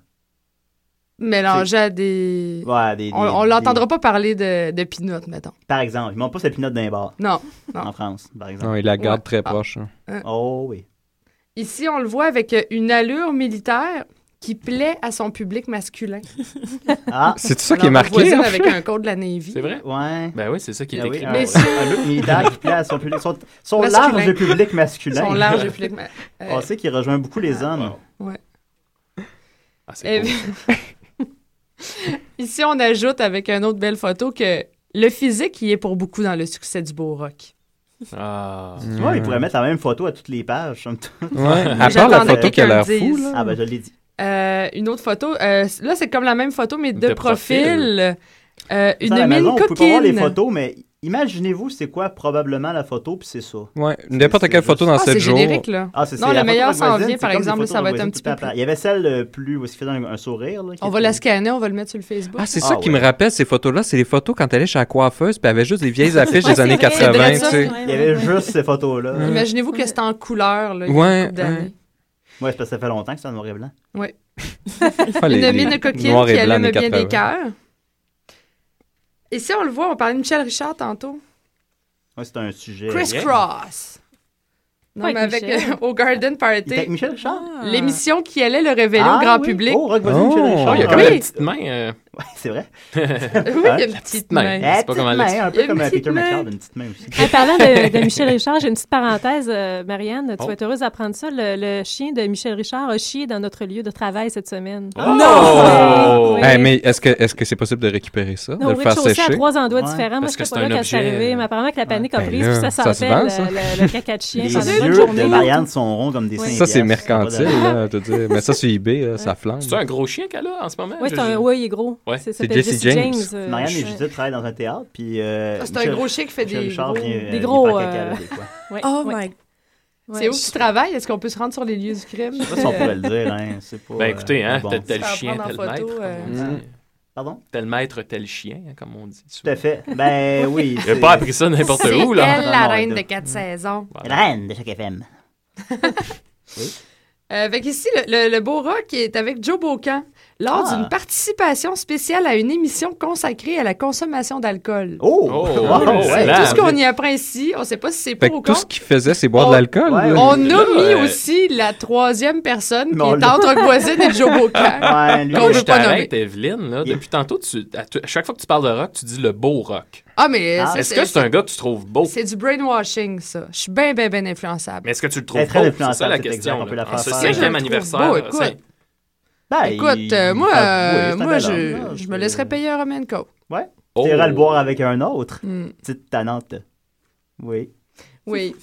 G: Mélangé à des.
F: ouais, des- des-
G: On, on
F: des-
G: l'entendra pas parler de, de Pinot, mettons.
F: Par exemple, ils montent pas sa pinote d'un bar
G: Non.
F: en France, par exemple.
C: Non, il la garde
G: Ouais.
C: très
G: Ah.
C: proche. hein.
F: Oh oui.
G: Ici, on le voit avec euh, une allure militaire qui plaît à son public masculin. *laughs*
F: Ah,
C: C'est tout ça
G: Alors,
C: qui est
G: on
C: marqué.
G: voisine
C: hein?
G: avec un code de la Navy.
E: C'est vrai?
F: ouais.
E: Ben oui, c'est ça qui est
F: Ah oui,
E: écrit.
F: un-
G: Mais
F: un look militaire qui plaît à son public, son, son
G: Masculin.
F: large public masculin.
G: Son large euh, public. ma-
C: Ah,
G: euh,
F: On sait qu'il rejoint beaucoup les hommes.
E: Ah, c'est
G: Eh
E: beau.
G: bien- *laughs* Ici, on ajoute avec une autre belle photo que le physique y est pour beaucoup dans le succès du beau rock.
E: Ah.
F: Tu vois, il pourrait mettre la même photo à toutes les pages. comme tout.
C: Ouais, à part la
G: J'attendais
C: photo qui a l'air
G: quelqu'un
C: fou,
G: dise.
C: là.
F: Ah ben je l'ai dit.
G: Euh, une autre photo, euh, là, c'est comme la même photo, mais de,
E: De profil.
G: profil. Euh,
F: Ça, à la maison,
G: une mine
F: on peut pas voir les
G: coquine.
F: photos, mais imaginez-vous c'est quoi probablement la photo, puis c'est ça.
C: Ouais, n'importe
F: C'est-
C: quelle
F: c'est
C: photo dans
G: Ah, c'est
C: 7 jours.
G: générique, là.
F: Ah, c'est c'est
G: Non, le
F: la
G: meilleur
F: photo de
G: s'en
F: voisine,
G: vient,
F: c'est
G: par
F: comme des
G: exemple,
F: photos
G: ça va
F: de
G: être un
F: voisine
G: petit
F: tout à
G: peu plus-
F: plat. Il y avait celle euh, plus où il fait un, un sourire. là, qui
G: On va
F: était-
G: la scanner, on va le mettre sur le Facebook.
C: Ah, c'est
F: Ah
C: ça qui
F: ouais.
C: me rappelle ces photos-là. C'est les photos quand elle est chez la coiffeuse, puis elle avait juste des vieilles affiches
K: Ouais,
C: des
K: c'est
C: années
K: vrai, c'est vrai,
C: 80, tu
G: ça.
C: sais.
K: Ouais,
F: Il y avait
K: ouais,
F: juste ces photos-là.
C: Ouais.
G: Imaginez-vous que c'est en couleur, là, il y a
C: Ah. Ouais,
G: une couple d'années.
C: ouais.
F: Ouais, c'est parce que ça fait longtemps que c'est en noir et blanc.
C: Ah, les-
G: Une
C: les
G: mine de coquine
C: noirs et
G: qui
C: blancs des
G: allume bien
C: 80.
G: des cœurs. Et si on le voit, on parlait de Michel Richard tantôt.
F: Ouais, c'est un sujet.
G: Criss Cross. Non,
K: Pas
G: mais
K: avec
G: avec
K: Michel.
G: euh, au Garden
F: Il était avec
G: Party.
F: Michel Richard?
H: ah.
G: L'émission qui allait le révéler
F: Ah,
G: au grand
F: oui.
G: public.
F: Oh, Rock Voisine, Michel
C: Oh.
F: Richard.
E: Oh, il y a comme
G: Oui.
E: une petite main. euh,
F: Ouais, c'est vrai.
G: *laughs* oui, il y a une petite
E: main.
F: La
G: main.
E: sais pas
F: petite
E: comment elle
F: main, un
G: Il y a
F: peu
G: une
F: comme euh,
G: petite
F: Peter
G: main.
F: McLeod, une petite main aussi.
K: En parlant de,
F: *laughs*
K: de Michel Richard, j'ai une petite parenthèse, euh, Marianne. Tu
E: Oh.
K: vas être heureuse d'apprendre ça. Le, le chien de Michel Richard a chié dans notre lieu de travail cette semaine.
E: Oh! Non!
K: Oui.
C: Eh, mais est-ce que est-ce que c'est possible de récupérer ça,
K: Non,
C: de
K: au
C: le faire
K: rez-de-chaussée, à
C: sécher?
K: trois endroits
F: Ouais.
K: différents. Moi,
E: Parce
K: je
E: que
K: n'étais
E: c'est
K: pas là
E: un
K: quand c'est
E: objet,
K: arrivé,
E: euh,
K: mais apparemment que la panique
C: Ben
K: a pris,
C: là,
K: puis ça
C: ça se
K: sentait
C: vend,
K: le,
C: ça.
K: le- le caca de chien
F: Les
K: pendant
F: yeux
K: une
F: de
K: journée.
F: Marianne sont ronds comme des
K: Ouais.
F: saints
C: Ça, c'est
F: piastres.
C: mercantile, là, de dire. Mais ça, sur eBay, là, ça flambe.
E: C'est un gros chien qu'elle a en ce moment?
K: Oui, c'est un... ouais, il est gros.
E: Ouais.
K: C'est
C: C'est
K: s'appelle Jesse
C: Jesse James.
K: James. euh,
F: Marianne et
K: ouais.
F: Judith travaillent dans un théâtre, puis. euh,
G: Ah, C'est un
F: Michel-
G: gros chien qui fait
F: Michel
G: des.
F: Richard
G: gros-
F: vient, euh,
K: des
F: il
K: gros,
F: part caca,
K: euh,
F: là, des fois.
K: Ouais,
H: Oh
K: ouais.
H: my
K: Ouais.
G: C'est où tu travailles? Est-ce qu'on peut se rendre sur les lieux du crime?
F: Je sais pas si on pourrait le dire, hein. C'est pas.
E: Ben
F: euh,
E: écoutez, hein,
F: bon.
E: tel, tel
G: Ça va
E: chien,
G: prendre
E: tel
G: en photo,
E: maître.
G: euh,
E: comme on dit.
F: Pardon?
E: Tel maître, tel chien, hein, comme on dit.
F: Tout à fait. Ben oui.
E: J'ai
F: c'est-
E: pas appris ça n'importe
G: C'est
E: où, là.
G: elle,
F: Non,
G: la
F: non,
G: reine
F: elle-
G: de quatre saisons.
F: La reine de chaque FM.
G: Euh, fait qu'ici, le, le- le beau rock est avec Joe Bocan lors
F: Ah.
G: d'une participation spéciale à une émission consacrée à la consommation d'alcool.
F: Oh!
E: Oh,
F: Wow,
E: oh,
F: ouais.
E: là.
G: Tout ce qu'on y apprend ici, on ne sait pas si c'est
C: Fait
G: pour
C: que
G: ou
C: tout
G: contre.
C: ce qu'il faisait, c'est boire de
G: On-
C: l'alcool.
F: Ouais.
C: là.
G: On a
E: Ouais.
G: mis aussi la troisième personne qui
F: Non,
G: est
F: là.
G: entre Rock Voisine et Joe Bocan.
F: Ouais, lui,
G: Qu'on
F: il-
E: je
G: veut pas
E: t'arrête, Evelyne, là,
F: Il-
E: depuis tantôt, tu, à, t- à chaque fois que tu parles de rock, tu dis le beau rock.
G: Ah, mais
F: Ah.
G: ça,
E: Est-ce que c'est un gars que tu trouves beau?
G: c'est du brainwashing, ça. Je suis bien, bien, bien influençable.
E: Mais est-ce que tu le
F: Elle est
E: trouves
F: très
E: beau? C'est
F: influençable,
E: ça la
F: cette
E: question.
F: exemple, on peut la
E: là. En
F: faire
E: ce
F: faire.
G: Moi, je le
E: cinquième
G: trouve
E: anniversaire.
G: beau,
E: euh,
G: écoute.
E: c'est-
F: Ben,
G: Écoute,
F: il-
G: euh, moi,
F: ah, oui, c'est
G: euh,
F: un
G: moi
F: bel
G: je,
F: homme,
G: je
F: là,
G: me
F: c'est-
G: laisserais payer un rum and coke.
E: Oh.
F: T'iras le boire avec un autre.
G: Hmm.
F: Petite tannante. Oui.
G: Oui.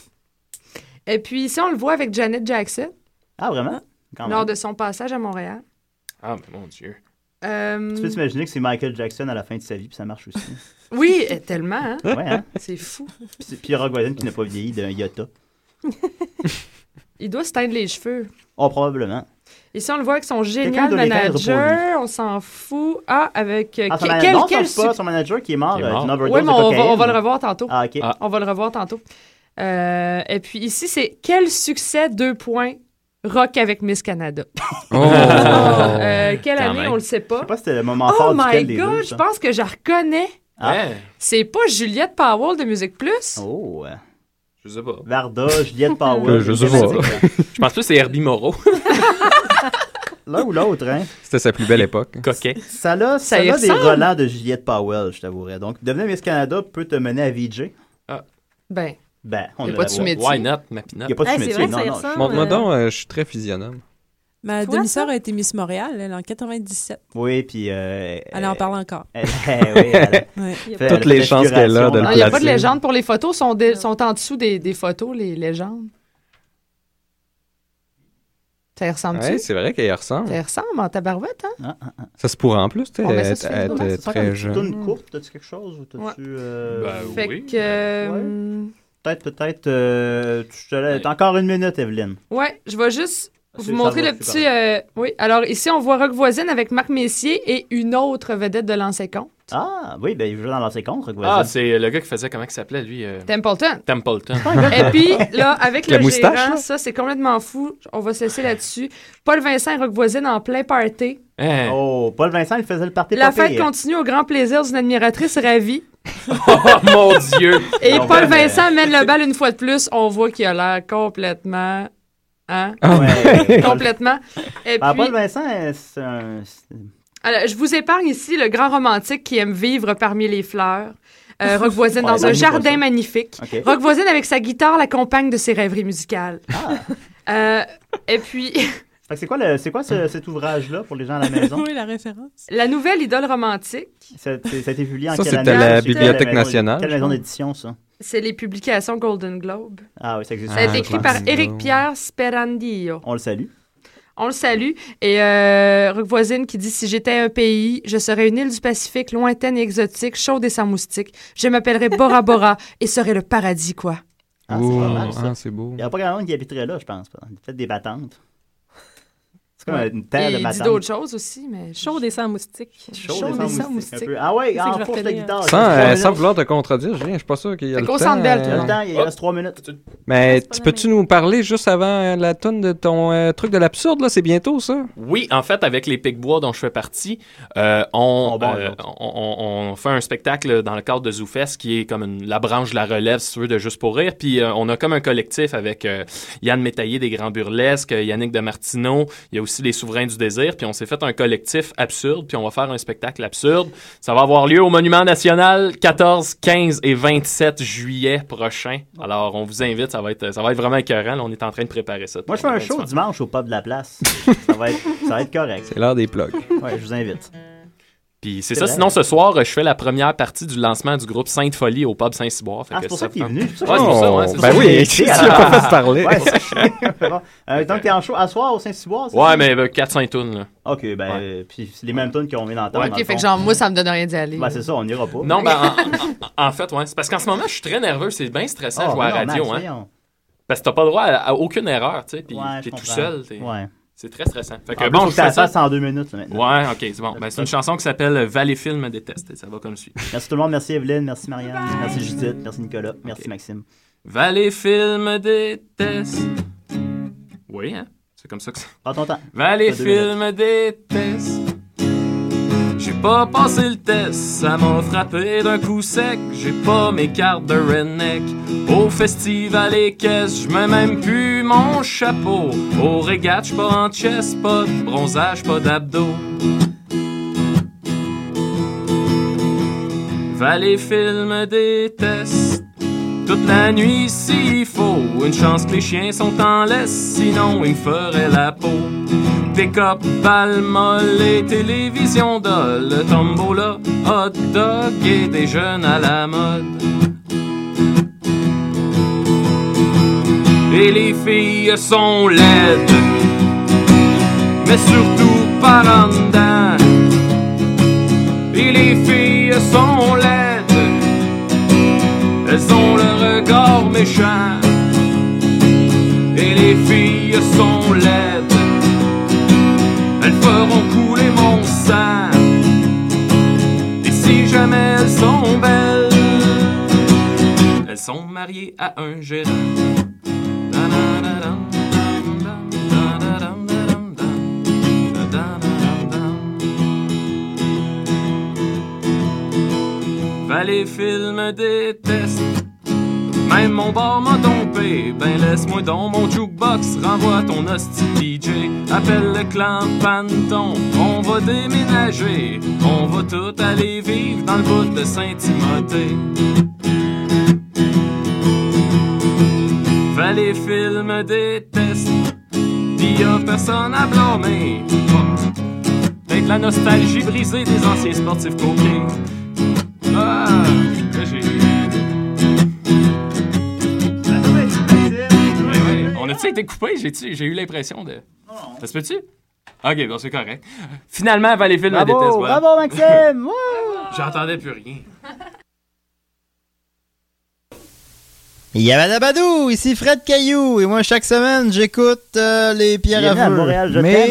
G: Et puis, si on le voit avec Janet Jackson,
F: Ah, vraiment? Quand même.
G: lors de son passage à Montréal,
E: Ah, mais mon Dieu.
G: euh,
F: Tu peux t'imaginer que c'est Michael Jackson à la fin de sa vie, puis ça marche aussi.
G: oui, eh, tellement, hein?
F: ouais,
G: *laughs*
F: hein?
G: c'est fou.
F: Puis, c'est- puis Rock Voisine qui n'a pas vieilli d'un iota.
G: Il doit se teindre les cheveux.
F: Oh, probablement.
G: Et si on le voit avec son
F: Quelqu'un
G: génial
F: doit les teindre pour
G: manager, on s'en fout. Ah, avec euh,
F: Ah, son
G: que-
F: manager,
G: quel,
F: non,
G: quel
F: sauf pas
G: suc-
F: son manager qui est mort,
E: Qui est
F: euh,
E: mort.
F: d'une overdose
G: Oui, mais
F: de
G: on va, on va
F: cocaïne.
G: le revoir tantôt.
F: Ah, ok.
E: Ah.
G: On va le revoir tantôt. Euh, et puis ici, c'est quel succès, deux points, rock avec
E: *laughs*
G: Miss Canada. Oh. Euh, quelle
E: Oh. Quand
G: année,
E: même.
G: on le sait
F: Je
G: pas.
F: sais pas si c'était le moment
G: Oh
F: fort
G: my
F: duquel des deux,
G: God, je
F: ça.
G: pense que je la reconnais.
F: Ah.
E: Hein?
G: C'est pas Juliette Powell de Musique Plus?
F: Oh, euh,
E: Je sais pas.
F: Varda,
G: *laughs*
F: Juliette Powell.
C: Euh, je sais pas.
F: Thématique,
E: Je pense que c'est Herbie Moreau.
F: *laughs* L'un ou l'autre, hein.
C: C'était sa plus belle époque.
E: Coquet.
F: Ça a, ça
G: y
F: a des
G: ressemble.
F: relents de Juliette Powell, je t'avouerais. Donc, devenir Miss Canada peut te mener à VJ.
G: Ben,
F: Ben, on
G: Y a
F: ne la
G: pas de Ah,
F: voit.
G: sous-métier.
E: Why not, ma
F: Il
E: pinotte?
F: n'y a pas de
K: Hey, c'est
F: sous-métier,
K: vrai que
F: non,
K: ça y
F: non.
K: ressemble.
C: Montre-moi
K: euh,
C: donc, euh, je suis très physionome.
H: Ma
K: Toi,
H: demi-sœur
K: ça?
H: a été Miss Montréal, elle, en 97.
F: Oui, puis... Euh,
G: Ah,
H: Elle en parle encore.
F: euh, *laughs* eh,
G: *laughs*
F: oui, elle a
H: Ouais.
K: Il y a
F: fait
K: pas-
C: Toutes
F: la
C: les chances qu'elle a de le
G: Ah,
F: configuration.
G: il n'y a pas de
C: placer.
G: légende pour les photos, sont, des- sont en dessous des, des photos, les légendes. Ça y ressemble-tu?
C: Ouais, c'est vrai qu'elle y ressemble.
G: Ça y ressemble en tabarouette, hein?
F: Ah, ah, ah.
C: Ça se pourrait en plus, tu
G: On met ça
C: sais,
G: sur
C: être-
G: Facebook,
F: Ouais,
C: être
F: ben, ça sent
C: très
F: comme si t'as
C: jeune.
F: une coupe, t'as-tu quelque chose ou t'as-tu...
G: Ouais.
F: euh,
E: Ben,
G: Fait
E: oui.
G: que... euh,
F: Peut-être, peut-être... euh, tu te la-
E: Ouais.
F: t'as encore une minute, Evelyne.
G: Ouais, je vais juste
F: Ah,
G: vous
F: c'est- ça
G: montrer
F: va,
G: le
F: c'est
G: petit. euh, oui, alors ici, on voit Rock Voisine avec Marc Messier et une autre vedette de l'ancien con,
F: Ah, oui, ben, il joue dans l'ancien contre,
E: Ah, c'est le gars qui faisait, comment il s'appelait, lui? euh,
G: Templeton.
F: *laughs*
E: Templeton.
G: et puis, là, avec
C: Ah, La
G: le
C: moustache,
G: gérant,
C: là?
G: ça, c'est complètement fou. On va cesser là-dessus. Paul Vincent et Rock Voisine en plein party.
E: Hein?
F: Oh, Paul Vincent, il faisait le party
G: La
F: pas
G: fête
F: pire.
G: continue au grand plaisir d'une admiratrice ravie.
E: Oh mon Dieu!
G: Et
F: Non,
G: Paul
F: mais-
G: Vincent mène le bal une fois de plus. On voit qu'il a l'air complètement... Hein?
F: Ah
C: *laughs*
F: Ouais.
G: Complètement. Et
F: Ah,
G: puis,
F: Paul Vincent, euh, c'est un... c'est-
G: Alors, je vous épargne ici le grand romantique qui aime vivre parmi les fleurs. Euh, Rock voisine
F: *laughs* Ouais,
G: dans
F: ça
G: un
F: me dit pas
G: jardin
F: ça.
G: magnifique.
F: OK.
G: Rock voisine avec sa guitare l'accompagne de ses rêveries musicales.
F: Ah.
G: *laughs* Euh, et puis, *laughs*
F: Fait que c'est quoi, le, c'est quoi ce- cet ouvrage-là pour les gens à la maison?
H: Oui, la référence.
G: la nouvelle idole romantique,
F: ça, c'est- ça a été publié en
C: Ça,
F: quelle année?
C: c'était la
F: C'est quelle
C: Bibliothèque
F: maison-
C: nationale,
F: Quelle
C: je
F: maison
C: pense.
F: d'édition, ça?
G: c'est les publications Golden Globe.
F: Ah oui, ça existe.
G: Ça a
F: Ah,
G: été
F: je
G: écrit
F: pense.
G: par
C: Golden
G: Eric
C: Globe.
G: Pierre Sperandillo.
F: On le salue.
G: On le salue. Et euh, Rock voisine qui dit Si j'étais un pays, je serais une île du Pacifique, lointaine et exotique, chaude et sans moustiques. Je m'appellerais Bora Bora et serais le paradis, quoi.
F: Ah, c'est
C: Ouh,
F: pas mal, ça.
C: ah, c'est beau.
F: Il n'y a pas grand monde qui habiterait là, je pense. Peut-être des battantes. C'est comme une terre
G: Et
F: de
G: il dit
F: battantes.
G: d'autres choses aussi, mais chaud.
K: Chaud et sans moustiques.
F: Chaud,
G: Chaud,
F: des
G: des
F: sans moustiques, un
G: sans moustiques.
F: peu. Ah ouais,
K: C'est
F: en
K: que je
F: force
K: reconnais,
F: la
K: hein.
F: guitare.
C: Sans,
F: Il
C: euh,
F: reste
C: sans
F: trois minutes.
C: vouloir te contredire, Julien, je suis pas sûr qu'il y a
G: Fait
C: le
G: qu'au
C: temps.
G: Centre Bell, tout
F: Il y a
G: le
C: euh,
F: le temps, il
E: Oh.
F: reste trois minutes.
C: Mais
K: C'est pas
C: tu
K: la
C: peux-tu
K: même.
C: nous parler juste avant euh, la tonne de ton euh, truc de l'absurde, là? C'est bientôt, ça?
E: Oui, en fait, avec les Picbois dont je fais partie, euh, on,
F: Oh, bon,
E: euh,
F: l'autre.
E: on- on- on fait un spectacle dans le cadre de ZooFest qui est comme une- la branche de la relève, si tu veux, de Juste pour rire. Puis euh, on a comme un collectif avec euh, Yann Métaillé des Grands Burlesques, euh, Yannick de Martineau, il y a aussi les Souverains du Désir. Puis on s'est fait un collectif absurde, puis on va faire un spectacle absurde. Ça va avoir lieu au Monument National 14, 15 et 27 juillet prochain. Alors on vous invite, ça va être, ça va être vraiment écœurant. Là, on est en train de préparer ça.
F: Moi, je fais un show dimanche au pub de la
E: *laughs*
F: place. ça, va être, ça va être correct.
C: C'est l'heure des plugs.
F: Ouais, je vous invite.
E: Puis c'est
F: C'est
E: ça.
F: vrai.
E: Sinon, ce soir, euh, je fais la première partie du lancement du groupe Sainte-Folie au pub Saint-Cyboire. Fait
F: Ah, c'est pour ça que
E: vous
F: t'es
E: tente.
F: venu. c'est pour ça
E: Ouais,
F: que-
E: c'est pour ça, ouais,
C: Oh,
E: c'est
C: ben
E: ça.
C: oui, *laughs* tu
F: C'est
C: l'as
F: alors.
C: pas fait parler.
F: Ouais, c'est ça. Bon. Euh, Donc, t'es en show à soir au Saint-Cybois? c'est ça?
E: Ouais, mais euh, 4-5 tonnes, là.
F: Ok, ben, euh, puis c'est les mêmes tunes qu'on vient d'entendre.
G: Ok,
F: dans
G: fait
F: le
G: que
F: fond.
G: genre, moi, ça me donne rien d'y aller.
F: Ben, c'est ça, on n'ira pas.
E: Non, ben, en, en- en fait, ouais. C'est parce qu'en ce moment, je suis très nerveux. C'est bien stressant de
F: Ah,
E: jouer à la
F: ben non,
E: radio,
F: Max,
E: hein.
F: voyons.
E: Parce que t'as pas le droit à, à aucune erreur, tu sais. Puis
F: Ouais, je
E: t'es tout
F: comprends.
E: seul. t'es-
F: Ouais. Ah,
E: C'est très stressant. Fait que
F: En plus,
E: bon,
F: faut
E: je
F: que t'as
E: fais
F: la
E: ça.
F: fasse en deux minutes, là, maintenant.
E: Ouais, ok, c'est bon. Ben, c'est une chanson qui s'appelle Valley Film me déteste. Et ça va comme suit.
F: Merci tout le monde. Merci Evelyne. Merci Marianne. Merci Judith. Merci Nicolas. Merci Maxime.
E: Valley Film me déteste. Oui, hein? C'est comme ça que ça.
F: Prends ton temps.
E: Valley
F: T'as deux
E: Film déteste. J'ai pas passé le test, ça m'a frappé d'un coup sec. J'ai pas mes cartes de redneck. Au festival et caisses, j'mets même plus mon chapeau. Au régate, j'suis pas en chest, pas de bronzage, pas d'abdos. Valley Film déteste. Toute la nuit s'il faut, une chance que les chiens sont en laisse, sinon ils me feraient la peau. pick-up, balmol et télévision dole, tombola, hot dog et des jeunes à la mode. Et les filles sont laides, mais surtout par en dedans. Et les filles sont laides, elles ont le regard méchant. Et les filles sont laides, elles feront couler mon sang. Et si jamais elles sont belles, elles sont mariées à un gérant. Ben, les films détestent même mon bar m'a tombé, ben laisse-moi dans mon jukebox, renvoie ton hostie DJ, appelle le clan Panton, on va déménager, on va tout aller vivre dans le bout de Saint-Timothée. Ben les films détestent, pis y'a personne à blâmer. Bon, Peut-être la nostalgie brisée des anciens sportifs coquets. Ah, que j'ai... Oui, Eh oui. On a-tu été coupé? J'ai-tu- J'ai eu l'impression de. Ça se peut-tu? Ok, bon, c'est correct. Finalement, Valleyfield me déteste.
F: Bravo,
E: voilà.
F: bravo Maxime! Wouh!
E: J'entendais plus rien.
L: Yabadabadou, ici Fred Caillou, et moi chaque semaine j'écoute euh, les pierres
F: Bienvenue
L: à
F: à
L: feu.
F: euh, Montréal, je
L: Mais-
F: t'aime.